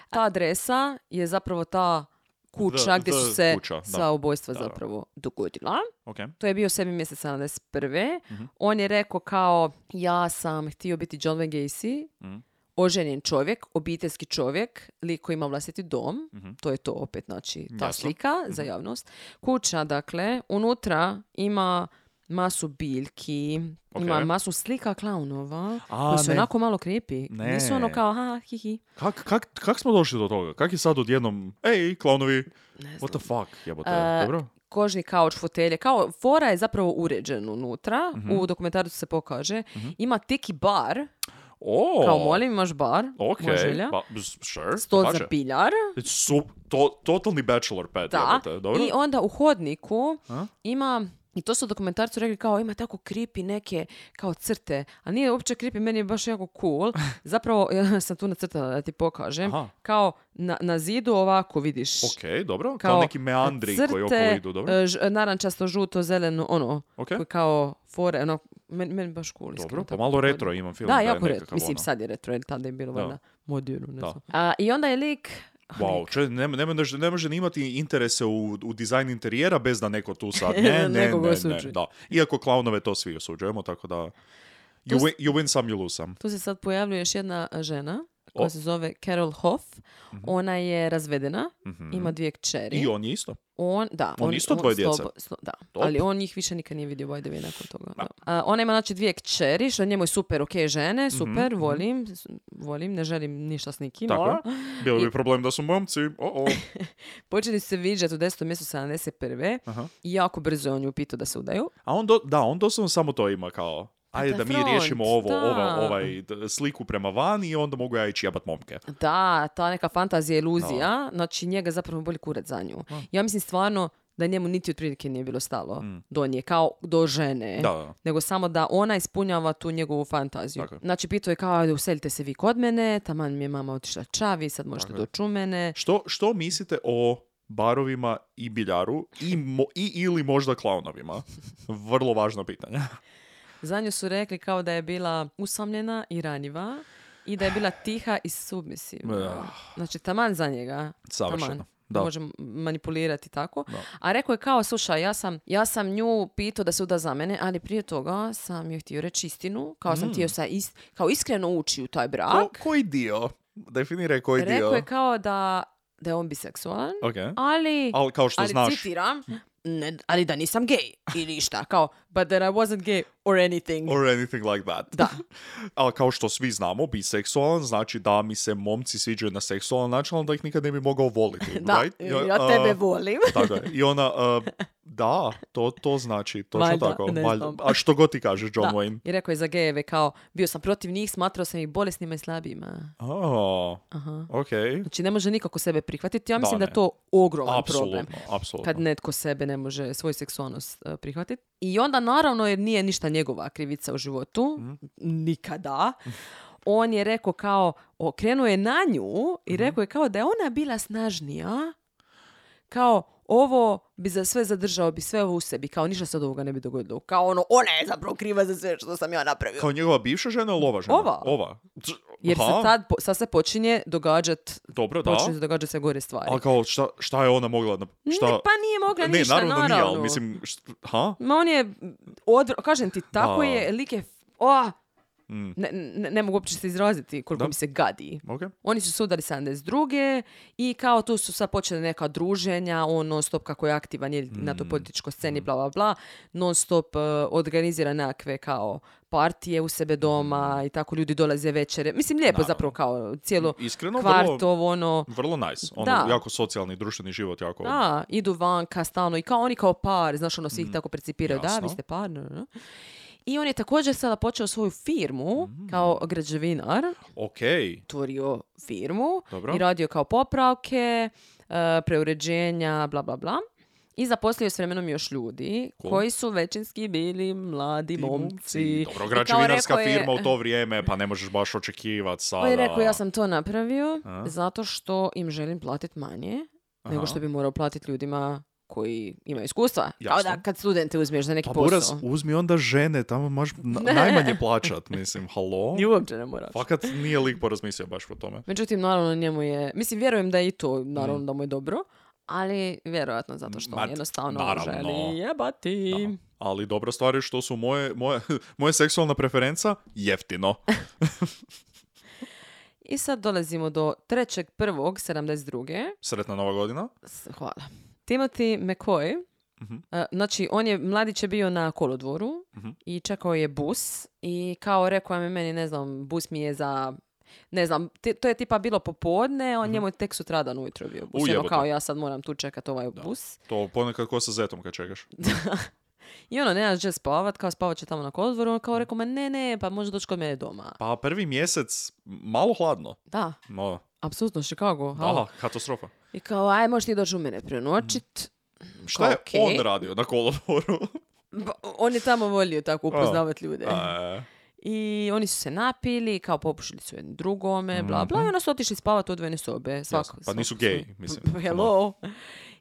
[SPEAKER 5] Ta adresa je zapravo ta kuća
[SPEAKER 4] The-
[SPEAKER 5] gdje
[SPEAKER 4] the
[SPEAKER 5] su se
[SPEAKER 4] kuća, da.
[SPEAKER 5] sva ubojstva
[SPEAKER 4] Da, da.
[SPEAKER 5] zapravo dogodila.
[SPEAKER 4] Ok.
[SPEAKER 5] To je bio 7. mjesec 71.
[SPEAKER 4] Mhm.
[SPEAKER 5] On je rekao kao, ja sam htio biti John Wayne Gacy,
[SPEAKER 4] Mhm.
[SPEAKER 5] oženjen čovjek, obiteljski čovjek, lik koji ima vlastiti dom, to je to opet, znači,
[SPEAKER 4] Mhm.
[SPEAKER 5] ta
[SPEAKER 4] Jasno. Mhm.
[SPEAKER 5] slika za javnost. Kuća, dakle, unutra ima masu biljki,
[SPEAKER 4] Ok.
[SPEAKER 5] ima masu slika klaunova,
[SPEAKER 4] A,
[SPEAKER 5] koji su
[SPEAKER 4] ne.
[SPEAKER 5] onako malo creepy.
[SPEAKER 4] Ne.
[SPEAKER 5] Nisu ono kao, ha, ha, hi, hi.
[SPEAKER 4] Kak, kak, kak smo došli do toga? Kak je sad odjednom, ej, klonovi,
[SPEAKER 5] Ne
[SPEAKER 4] what the fuck, jebote,
[SPEAKER 5] E,
[SPEAKER 4] dobro?
[SPEAKER 5] kožni kauč, fotelje, kao fora je zapravo uređen unutra,
[SPEAKER 4] Mhm.
[SPEAKER 5] u dokumentarcu se pokaže, ima tiki bar,
[SPEAKER 4] O,
[SPEAKER 5] kao molim imaš bar,
[SPEAKER 4] Pa. Ok,
[SPEAKER 5] može li?
[SPEAKER 4] ba, s- sure,
[SPEAKER 5] stol
[SPEAKER 4] dapače.
[SPEAKER 5] za biljar,
[SPEAKER 4] It's so, to, totalni bachelor pad,
[SPEAKER 5] da,
[SPEAKER 4] jebote, dobro?
[SPEAKER 5] i onda u hodniku
[SPEAKER 4] A?
[SPEAKER 5] ima i to su dokumentarcu rekli kao ima tako creepy neke kao crte, a nije uopće creepy, meni je baš jako cool. Zapravo ja sam tu nacrtala da ti pokažem.
[SPEAKER 4] Aha.
[SPEAKER 5] Kao na, na zidu ovako vidiš
[SPEAKER 4] Ok, dobro, kao, neki meandri koji okolo idu, dobro?
[SPEAKER 5] e, ž- narančasto, žuto, zeleno, ono,
[SPEAKER 4] Ok.
[SPEAKER 5] koji kao fore, ono, meni, meni baš cool. iskreno,
[SPEAKER 4] dobro, pa
[SPEAKER 5] tako
[SPEAKER 4] malo
[SPEAKER 5] to
[SPEAKER 4] retro
[SPEAKER 5] volim.
[SPEAKER 4] imam film.
[SPEAKER 5] Da,
[SPEAKER 4] je
[SPEAKER 5] jako retro.
[SPEAKER 4] nekakav
[SPEAKER 5] Mislim,
[SPEAKER 4] ono.
[SPEAKER 5] sad je retro, jer tada je bilo
[SPEAKER 4] Da.
[SPEAKER 5] valjda moderno, ne
[SPEAKER 4] Da.
[SPEAKER 5] znam. A, I onda je lik,
[SPEAKER 4] Wow, če, ne, ne, može, ne može ni imati interese u, u dizajn interijera bez da neko tu sad, ne, ne, ne,
[SPEAKER 5] Nekog
[SPEAKER 4] ne,
[SPEAKER 5] osuđuje.
[SPEAKER 4] da. Iako klaunove to svi osuđujemo, tako da, you
[SPEAKER 5] s-
[SPEAKER 4] win, you win some, you lose some.
[SPEAKER 5] tu se sad pojavljuje još jedna e, žena, koja
[SPEAKER 4] O. Mhm.
[SPEAKER 5] se zove Carol Hoff. Ona je razvedena, ima dvije kćeri.
[SPEAKER 4] I on je isto.
[SPEAKER 5] On, da.
[SPEAKER 4] On isto dvoje djece?
[SPEAKER 5] slo- da. Ali on njih više nikad nije vidio, by the way, nakon toga. Da. A, ona ima znači dvije kćeri, što njemu je super, ok, žene,
[SPEAKER 4] Mhm,
[SPEAKER 5] super, volim, s- volim, ne želim ništa s nikim.
[SPEAKER 4] Tako je.
[SPEAKER 5] a?
[SPEAKER 4] Bilo
[SPEAKER 5] I-
[SPEAKER 4] bi problem da su momci. O, o.
[SPEAKER 5] Počeli su se viđati u 10. mjestu 71.
[SPEAKER 4] Aha.
[SPEAKER 5] I jako brzo je on ju pitao da se udaju.
[SPEAKER 4] A on, do, da, on doslovno samo to ima kao, ajde
[SPEAKER 5] da
[SPEAKER 4] da mi
[SPEAKER 5] front,
[SPEAKER 4] riješimo ovo,
[SPEAKER 5] da.
[SPEAKER 4] ova, ovaj, d- sliku prema van i onda mogu ja ići jebat momke.
[SPEAKER 5] Da, ta neka fantazija, iluzija, znači njega zapravo boli kurac za nju. Ja mislim stvarno da njemu niti otprilike nije bilo stalo do nje, kao do žene.
[SPEAKER 4] Mm. Da, da.
[SPEAKER 5] nego samo da ona ispunjava tu njegovu fantaziju.
[SPEAKER 4] Tako je.
[SPEAKER 5] Znači, pitao je kao, ajde, uselite se vi kod mene, taman mi je mama otišla čavi, sad možete doći u mene.
[SPEAKER 4] Što, što mislite o barovima i biljaru i, mo- i ili možda klaunovima? Vrlo važno pitanje.
[SPEAKER 5] Za nju su rekli kao da je bila usamljena i ranjiva i da je bila tiha i submisivna.
[SPEAKER 4] Da.
[SPEAKER 5] Znači, taman za njega.
[SPEAKER 4] Savršeno,
[SPEAKER 5] Taman.
[SPEAKER 4] da.
[SPEAKER 5] Može manipulirati tako. A rekao je kao, slušaj, ja sam, ja sam nju pitao da se uda za mene, ali prije toga sam joj htio reći istinu, kao sam htio sa is- kao iskreno ući u taj
[SPEAKER 4] Mm. Ko,
[SPEAKER 5] brak.
[SPEAKER 4] koji dio? Definiraj koji
[SPEAKER 5] Rekao
[SPEAKER 4] dio.
[SPEAKER 5] je kao da, da je on biseksualan,
[SPEAKER 4] Ok.
[SPEAKER 5] ali,
[SPEAKER 4] Ali kao što
[SPEAKER 5] ali
[SPEAKER 4] znaš.
[SPEAKER 5] citiram, ne, ali da nisam gay ili šta, kao, but that I wasn't gay or anything.
[SPEAKER 4] Or anything like that.
[SPEAKER 5] Da.
[SPEAKER 4] Ali kao što svi znamo, biseksualan znači da mi se momci sviđaju na seksualan način, ali da ih nikad ne bi mogao voliti.
[SPEAKER 5] Da,
[SPEAKER 4] right?
[SPEAKER 5] ja tebe
[SPEAKER 4] uh,
[SPEAKER 5] volim.
[SPEAKER 4] Tako je. I ona, uh, da, to, to znači, točno
[SPEAKER 5] Valjda,
[SPEAKER 4] tako.
[SPEAKER 5] ne
[SPEAKER 4] valjda.
[SPEAKER 5] znam.
[SPEAKER 4] A što god ti kažeš, John
[SPEAKER 5] Da.
[SPEAKER 4] Wayne.
[SPEAKER 5] I rekao je za gejeve kao, bio sam protiv njih, smatrao sam ih bolesnima i slabima.
[SPEAKER 4] Oh,
[SPEAKER 5] Aha.
[SPEAKER 4] ok.
[SPEAKER 5] Znači ne može nikako sebe prihvatiti. Ja mislim da,
[SPEAKER 4] ne.
[SPEAKER 5] je to ogroman
[SPEAKER 4] Apsolutno,
[SPEAKER 5] problem.
[SPEAKER 4] apsolutno.
[SPEAKER 5] Kad netko sebe ne može svoju seksualnost eh, prihvatiti. I onda naravno jer nije ništa njegova krivica u životu.
[SPEAKER 4] Mhm.
[SPEAKER 5] Nikada. On je rekao kao, okrenuo je na nju i
[SPEAKER 4] Mhm.
[SPEAKER 5] rekao je kao da je ona bila snažnija. Kao ovo bi za sve zadržao, bi sve ovo u sebi. Kao ništa se od ovoga ne bi dogodilo. Kao ono, ona je zapravo kriva za sve što sam ja napravio.
[SPEAKER 4] Kao njegova bivša žena ili ova žena?
[SPEAKER 5] Ova.
[SPEAKER 4] Ova. C-
[SPEAKER 5] Jer se
[SPEAKER 4] Aha,
[SPEAKER 5] tad, po- sad se počinje događat,
[SPEAKER 4] Dobro, da.
[SPEAKER 5] počinju se događat se gore stvari.
[SPEAKER 4] Ali kao šta, šta je ona mogla... nap- Šta...
[SPEAKER 5] Ne, pa nije mogla
[SPEAKER 4] ne,
[SPEAKER 5] ništa,
[SPEAKER 4] naravno,
[SPEAKER 5] naravno.
[SPEAKER 4] nije, ali mislim... št- Ha?
[SPEAKER 5] Ma on je, odvr... kažem ti, tako
[SPEAKER 4] Da. Mm.
[SPEAKER 5] je, lik je, o, ne, ne, ne mogu uopće se izraziti koliko
[SPEAKER 4] Da.
[SPEAKER 5] mi se gadi.
[SPEAKER 4] Ok.
[SPEAKER 5] Oni su se udali 72. i kao tu su sad počele neka druženja, on non stop kako je aktivan je na
[SPEAKER 4] Mm.
[SPEAKER 5] toj političkoj sceni, bla, bla, bla, non stop eh, organizira nekakve kao partije u sebe
[SPEAKER 4] Mm.
[SPEAKER 5] doma i tako ljudi dolaze večere. Mislim, lijepo zapravo kao cijelo
[SPEAKER 4] Iskreno, vrlo,
[SPEAKER 5] kvartov, ono...
[SPEAKER 4] vrlo nice. Ono,
[SPEAKER 5] Da.
[SPEAKER 4] jako socijalni, društveni život, jako...
[SPEAKER 5] Da, idu vanka stalno i kao oni kao par, znaš ono, svi ih tako precipiraju, da,
[SPEAKER 4] Mm, jasno.
[SPEAKER 5] vi ste par, no, no, no. I on je također sada počeo svoju firmu
[SPEAKER 4] Mm.
[SPEAKER 5] kao građevinar.
[SPEAKER 4] Ok,
[SPEAKER 5] Otvorio firmu
[SPEAKER 4] Dobro.
[SPEAKER 5] i radio kao popravke, e, preuređenja, bla, bla, bla. I zaposlio je s vremenom još ljudi
[SPEAKER 4] Cool.
[SPEAKER 5] koji su većinski bili mladi momci. I
[SPEAKER 4] Dobro,
[SPEAKER 5] kao
[SPEAKER 4] građevinarska
[SPEAKER 5] rekao je-
[SPEAKER 4] firma u to vrijeme, pa ne možeš baš očekivati sada.
[SPEAKER 5] on je rekao, ja sam to napravio
[SPEAKER 4] A?
[SPEAKER 5] zato što im želim platiti manje nego
[SPEAKER 4] Aha.
[SPEAKER 5] što bi morao platiti ljudima koji imaju iskustva. Kao
[SPEAKER 4] Jasno.
[SPEAKER 5] da kad studente uzmiješ za neki
[SPEAKER 4] Pa
[SPEAKER 5] posao.
[SPEAKER 4] Buras, uzmi onda žene, tamo možeš na- najmanje plaćat, mislim, halo?
[SPEAKER 5] Ni uopće ne moraš.
[SPEAKER 4] Fakat nije lik porazmislio baš po tome.
[SPEAKER 5] Međutim, naravno njemu je... Mislim, vjerujem da je i to, naravno da mu je dobro, ali vjerojatno zato što on
[SPEAKER 4] Mm. Ma,
[SPEAKER 5] jednostavno
[SPEAKER 4] naravno.
[SPEAKER 5] želi jebati.
[SPEAKER 4] Da. Ali dobra stvar je što su moje, moje, moje seksualna preferenca jeftino.
[SPEAKER 5] I sad dolazimo do 3.1.72.
[SPEAKER 4] Sretna nova godina.
[SPEAKER 5] S- Hvala. Timothy McCoy,
[SPEAKER 4] Mhm.
[SPEAKER 5] e, znači on je, mladić je bio na kolodvoru
[SPEAKER 4] Mhm.
[SPEAKER 5] i čekao je bus i kao rekao je meni, ne znam, bus mi je za... Ne znam, ti- to je tipa bilo popodne,
[SPEAKER 4] Mhm.
[SPEAKER 5] a njemu je tek sutradan ujutro bio bus.
[SPEAKER 4] U
[SPEAKER 5] Ono
[SPEAKER 4] jebote.
[SPEAKER 5] kao ja sad moram tu čekat ovaj bus.
[SPEAKER 4] To ponekad ko sa zetom kad čekaš.
[SPEAKER 5] I ono, ne znaš gdje spavat, kao spavat će tamo na kolodvoru, on
[SPEAKER 4] Mhm.
[SPEAKER 5] kao rekao, ma ne, ne, pa može doći kod mene doma.
[SPEAKER 4] Pa prvi mjesec, malo hladno.
[SPEAKER 5] Da,
[SPEAKER 4] No,
[SPEAKER 5] apsolutno, Chicago. halo.
[SPEAKER 4] da, katastrofa.
[SPEAKER 5] I kao, aj, možeš ti doći u mene prenoćit.
[SPEAKER 4] Mhm. Šta je
[SPEAKER 5] Okej.
[SPEAKER 4] on radio na kolodvoru?
[SPEAKER 5] Ba, On je tamo volio tako upoznavat ljude.
[SPEAKER 4] E,
[SPEAKER 5] I oni su se napili, kao popušili su jedni drugome, bla, bla, i onda su otišli spavati u odvojene sobe. Svako,
[SPEAKER 4] Mhm. Jasno. Pa
[SPEAKER 5] svako
[SPEAKER 4] nisu
[SPEAKER 5] svoje.
[SPEAKER 4] gay, mislim.
[SPEAKER 5] P- p- Hello.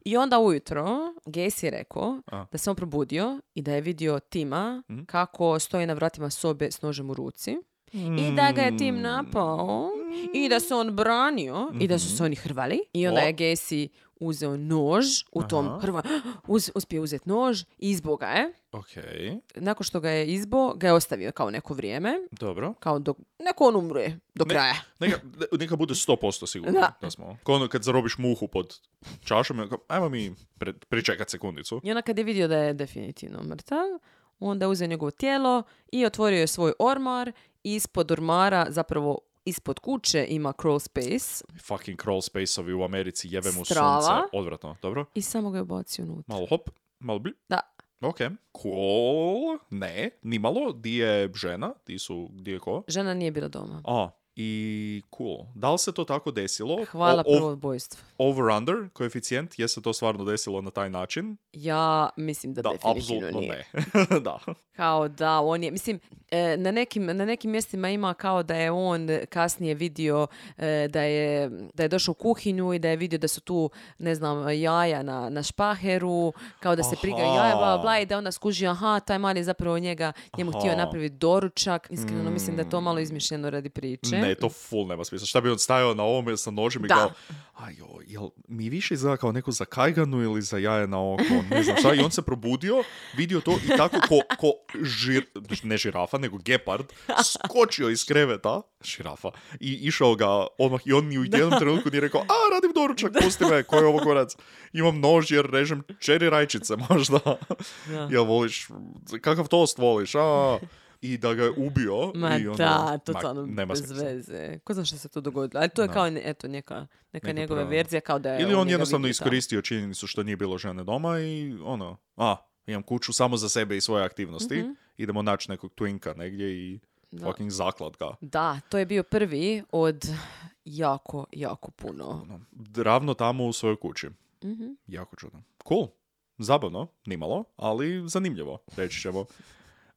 [SPEAKER 5] I onda ujutro, Gacy je rekao
[SPEAKER 4] A. Mhm.
[SPEAKER 5] da se on probudio i da je vidio Tima kako stoji na vratima sobe s nožem u ruci. I da ga je
[SPEAKER 4] Mm.
[SPEAKER 5] Tim napao
[SPEAKER 4] Hmm.
[SPEAKER 5] i da se on branio i da su se oni hrvali. I onda
[SPEAKER 4] Mhm. O.
[SPEAKER 5] je Gacy uzeo nož u tom
[SPEAKER 4] Aha.
[SPEAKER 5] hrva, uz, uspio uzeti nož i izbo ga je.
[SPEAKER 4] Okej,
[SPEAKER 5] Nakon što ga je izbo, ga je ostavio kao neko vrijeme
[SPEAKER 4] dobro.
[SPEAKER 5] kao dok, neko on umre do
[SPEAKER 4] Ne.
[SPEAKER 5] kraja.
[SPEAKER 4] Neka, neka bude 100% sigurno
[SPEAKER 5] Da.
[SPEAKER 4] da. smo. Ko ono kad zarobiš muhu pod čašom, ja kao, ajmo mi pre, pričekat sekundicu.
[SPEAKER 5] I onda kad je vidio da je definitivno mrtav, onda je uzeo njegovo tijelo i otvorio je svoj ormar. Ispod ormara, zapravo ispod kuće ima crawl space
[SPEAKER 4] Fucking crawl space-ovi u Americi jebe mu
[SPEAKER 5] Strava.
[SPEAKER 4] sunce. Odvratno, dobro.
[SPEAKER 5] i samo ga je bacio unutra.
[SPEAKER 4] Malo hop, malo bli.
[SPEAKER 5] Da.
[SPEAKER 4] Ok, cool. Ne, nimalo, di je žena, di su, di je ko?
[SPEAKER 5] Žena nije bila doma.
[SPEAKER 4] A, i cool. Da li se to tako desilo?
[SPEAKER 5] Hvala
[SPEAKER 4] O- ov-
[SPEAKER 5] prvo odbojstvo.
[SPEAKER 4] Over-under, koeficijent, je se to stvarno desilo na taj način?
[SPEAKER 5] Ja mislim da,
[SPEAKER 4] Da,
[SPEAKER 5] definitivno
[SPEAKER 4] apsolutno
[SPEAKER 5] nije.
[SPEAKER 4] ne. da.
[SPEAKER 5] Kao da, on je, mislim, e, na nekim, na nekim mjestima ima kao da je on kasnije vidio e, da, je, da je došao u kuhinju i da je vidio da su tu, ne znam, jaja na, na špaheru, kao da se prigaju
[SPEAKER 4] Aha.
[SPEAKER 5] jaja, bla, bla, i da je onda skuži, aha, taj mali je zapravo njega, njemu htio
[SPEAKER 4] Aha. Mm.
[SPEAKER 5] napraviti doručak. Iskreno, mislim da je to malo izmišljeno radi priče.
[SPEAKER 4] Ne, to full nema smisla. Šta bi on stajao na ovome sa nožem i
[SPEAKER 5] Da.
[SPEAKER 4] kao, aj joj, jel mi više izgleda kao neko za kajganu ili za jaje na oko, ne znam šta. I on se probudio, vidio to i tako ko, ko žir, ne žirafa, nego gepard, skočio iz kreveta, žirafa, i išao ga odmah i on ni u jednom trenutku nije rekao, a radim doručak, pusti me, ko je ovo korac? Imam nož jer režem čeri rajčice možda.
[SPEAKER 5] Da.
[SPEAKER 4] Jel voliš, kakav tost voliš, a... I da ga je ubio.
[SPEAKER 5] Ma
[SPEAKER 4] i onda,
[SPEAKER 5] da,
[SPEAKER 4] ma,
[SPEAKER 5] totalno
[SPEAKER 4] nema
[SPEAKER 5] bez
[SPEAKER 4] smisla.
[SPEAKER 5] veze. Ko zna što se tu dogodilo, ali to je
[SPEAKER 4] Da.
[SPEAKER 5] kao, ne- eto, neka, neka
[SPEAKER 4] Neko
[SPEAKER 5] njegova
[SPEAKER 4] pravo.
[SPEAKER 5] verzija, kao da je
[SPEAKER 4] Ili on
[SPEAKER 5] njega
[SPEAKER 4] jednostavno
[SPEAKER 5] vidio tamo.
[SPEAKER 4] iskoristio činjenicu što nije bilo žene doma i ono, a, imam kuću samo za sebe i svoje aktivnosti, idemo naći nekog twinka negdje i
[SPEAKER 5] Mhm. Da.
[SPEAKER 4] fucking zaklad ga.
[SPEAKER 5] Da, to je bio prvi od jako, jako puno.
[SPEAKER 4] Ono, ravno tamo u svojoj kući.
[SPEAKER 5] Mhm.
[SPEAKER 4] Jako čudno. Cool. Zabavno, nimalo, ali zanimljivo, reći ćemo.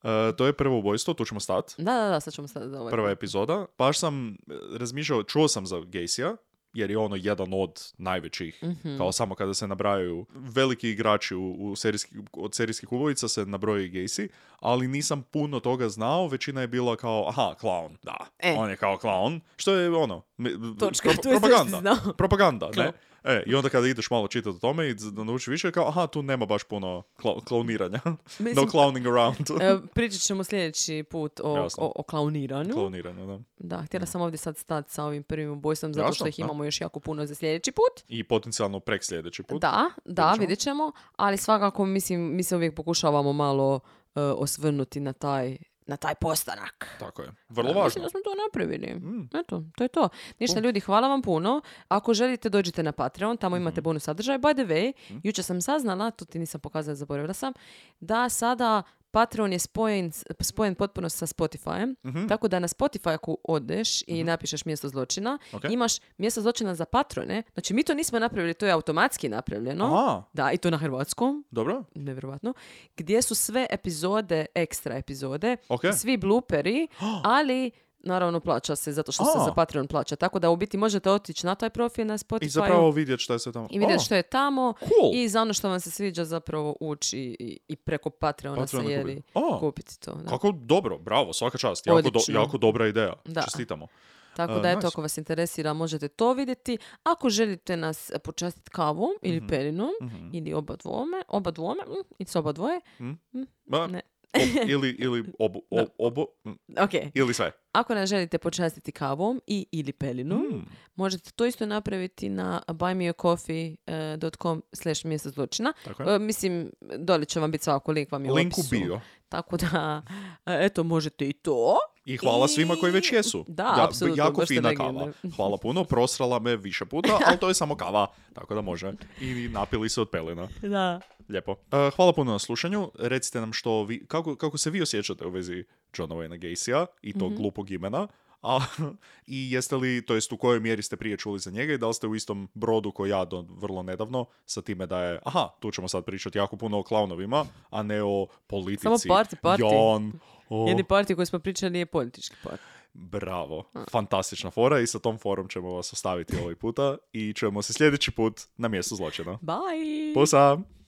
[SPEAKER 4] E, to je prvo ubojstvo, tu ćemo stat.
[SPEAKER 5] Da, da, da, sad ćemo sad za ovaj.
[SPEAKER 4] Prva epizoda. Baš sam e, razmišljao, čuo sam za Gacy-a, jer je ono jedan od najvećih.
[SPEAKER 5] Mhm.
[SPEAKER 4] Kao samo kada se nabrajaju veliki igrači u, u serijski, od serijskih ubojica se nabroji Gacy, ali nisam puno toga znao, većina je bila kao, aha, klaun, da,
[SPEAKER 5] E.
[SPEAKER 4] on je kao klaun, što je ono, mi-
[SPEAKER 5] Točka, to je sve što si
[SPEAKER 4] propaganda,
[SPEAKER 5] znao.
[SPEAKER 4] propaganda, ne?
[SPEAKER 5] Klaun.
[SPEAKER 4] E, i onda kada ideš malo čitati o tome i da naučiš više, kao, aha, tu nema baš puno kla- klauniranja.
[SPEAKER 5] Mislim-
[SPEAKER 4] no clowning around.
[SPEAKER 5] E, pričat ćemo sljedeći put o,
[SPEAKER 4] Jasno.
[SPEAKER 5] o, o klauniranju.
[SPEAKER 4] Klauniranje, da.
[SPEAKER 5] Da, htjela sam ovdje sad stati sa ovim prvim ubojstvom, zato
[SPEAKER 4] Jasno,
[SPEAKER 5] što ih
[SPEAKER 4] da.
[SPEAKER 5] imamo još jako puno za sljedeći put.
[SPEAKER 4] I potencijalno prek sljedeći put.
[SPEAKER 5] Da, da,
[SPEAKER 4] ćemo.
[SPEAKER 5] vidjet ćemo, ali svakako mislim, mi se uvijek pokušavamo malo e, osvrnuti na taj, na taj postanak.
[SPEAKER 4] Tako je. Vrlo
[SPEAKER 5] Da,
[SPEAKER 4] važno.
[SPEAKER 5] Mislim da smo to napravili.
[SPEAKER 4] Mm,
[SPEAKER 5] Eto, to je to. Ništa ljudi, hvala vam puno. Ako želite dođite na Patreon,
[SPEAKER 4] Mhm.
[SPEAKER 5] tamo imate bonus sadržaj. By the way, jučer sam saznala, to ti nisam pokazala, zaboravila sam, da sada Patreon je spojen, spojen potpuno sa Spotifyem,
[SPEAKER 4] Mhm.
[SPEAKER 5] tako da na Spotify ako odeš i napišeš mjesto zločina,
[SPEAKER 4] Ok.
[SPEAKER 5] imaš mjesto zločina za patrone. Znači, mi to nismo napravili, to je automatski napravljeno.
[SPEAKER 4] Aha.
[SPEAKER 5] Da, i to na hrvatskom,
[SPEAKER 4] Dobro?
[SPEAKER 5] nevjerovatno, gdje su sve epizode, ekstra epizode,
[SPEAKER 4] Ok.
[SPEAKER 5] svi blooperi, ali naravno plaća se zato što se
[SPEAKER 4] A.
[SPEAKER 5] za Patreon plaća. Tako da u biti možete otići na taj profil na Spotify
[SPEAKER 4] I zapravo vidjet šta je se tamo...
[SPEAKER 5] i vidjeti
[SPEAKER 4] O,
[SPEAKER 5] što je tamo
[SPEAKER 4] Cool.
[SPEAKER 5] i za ono što vam se sviđa zapravo ući i, i preko Patreona
[SPEAKER 4] Patreona
[SPEAKER 5] se je
[SPEAKER 4] kupiti.
[SPEAKER 5] li
[SPEAKER 4] O.
[SPEAKER 5] kupiti to. Da.
[SPEAKER 4] Kako dobro, bravo, svaka čast. Jako, do-
[SPEAKER 5] Odlično.
[SPEAKER 4] jako dobra ideja.
[SPEAKER 5] Da.
[SPEAKER 4] Čestitamo.
[SPEAKER 5] Tako
[SPEAKER 4] A,
[SPEAKER 5] da eto,
[SPEAKER 4] nice.
[SPEAKER 5] ako vas interesira, možete to vidjeti. Ako želite nas e, počastiti kavom ili
[SPEAKER 4] Mhm.
[SPEAKER 5] perinom, ili oba dvome, oba dvome, mm, i s oba dvoje,
[SPEAKER 4] Ma,
[SPEAKER 5] Ne.
[SPEAKER 4] ob- ili, ili, obo, o- obo, mm,
[SPEAKER 5] ok,
[SPEAKER 4] ili sve.
[SPEAKER 5] Ako nas želite počastiti kavom i ili pelinom,
[SPEAKER 4] Mm.
[SPEAKER 5] možete to isto napraviti na buymeacoffee.com slash mjesto zločina.
[SPEAKER 4] Tako je.
[SPEAKER 5] E, Mislim, dolje će vam biti svako link vam je u
[SPEAKER 4] Pa. Link u
[SPEAKER 5] opisu.
[SPEAKER 4] bio.
[SPEAKER 5] Tako da, e, eto, možete i to.
[SPEAKER 4] I hvala svima koji već jesu.
[SPEAKER 5] Da, apsolutno,
[SPEAKER 4] Jako
[SPEAKER 5] baš ste
[SPEAKER 4] fina kava.
[SPEAKER 5] legende.
[SPEAKER 4] Hvala puno, prosrala me više puta, ali to je samo kava. Tako da može. I napili se od pelina.
[SPEAKER 5] Da.
[SPEAKER 4] Lijepo. E, hvala puno na slušanju. Recite nam što vi, kako, kako se vi osjećate u vezi Johna Wayne Gacyja i
[SPEAKER 5] Mhm.
[SPEAKER 4] tog glupog imena. A, I jeste li, to jest u kojoj mjeri ste prije čuli za njega i da li ste u istom brodu koji ja do vrlo nedavno sa time da je, aha, tu ćemo sad pričati jako puno o klaunovima, a ne o politici.
[SPEAKER 5] Samo party, party.
[SPEAKER 4] Jon, o,
[SPEAKER 5] Jedni partij koji smo pričali je politički partij.
[SPEAKER 4] bravo. Fantastična fora i sa tom forom ćemo vas ostaviti ovaj puta i čujemo se sljedeći put na mjestu zločina.
[SPEAKER 5] Bye!
[SPEAKER 4] Pusa!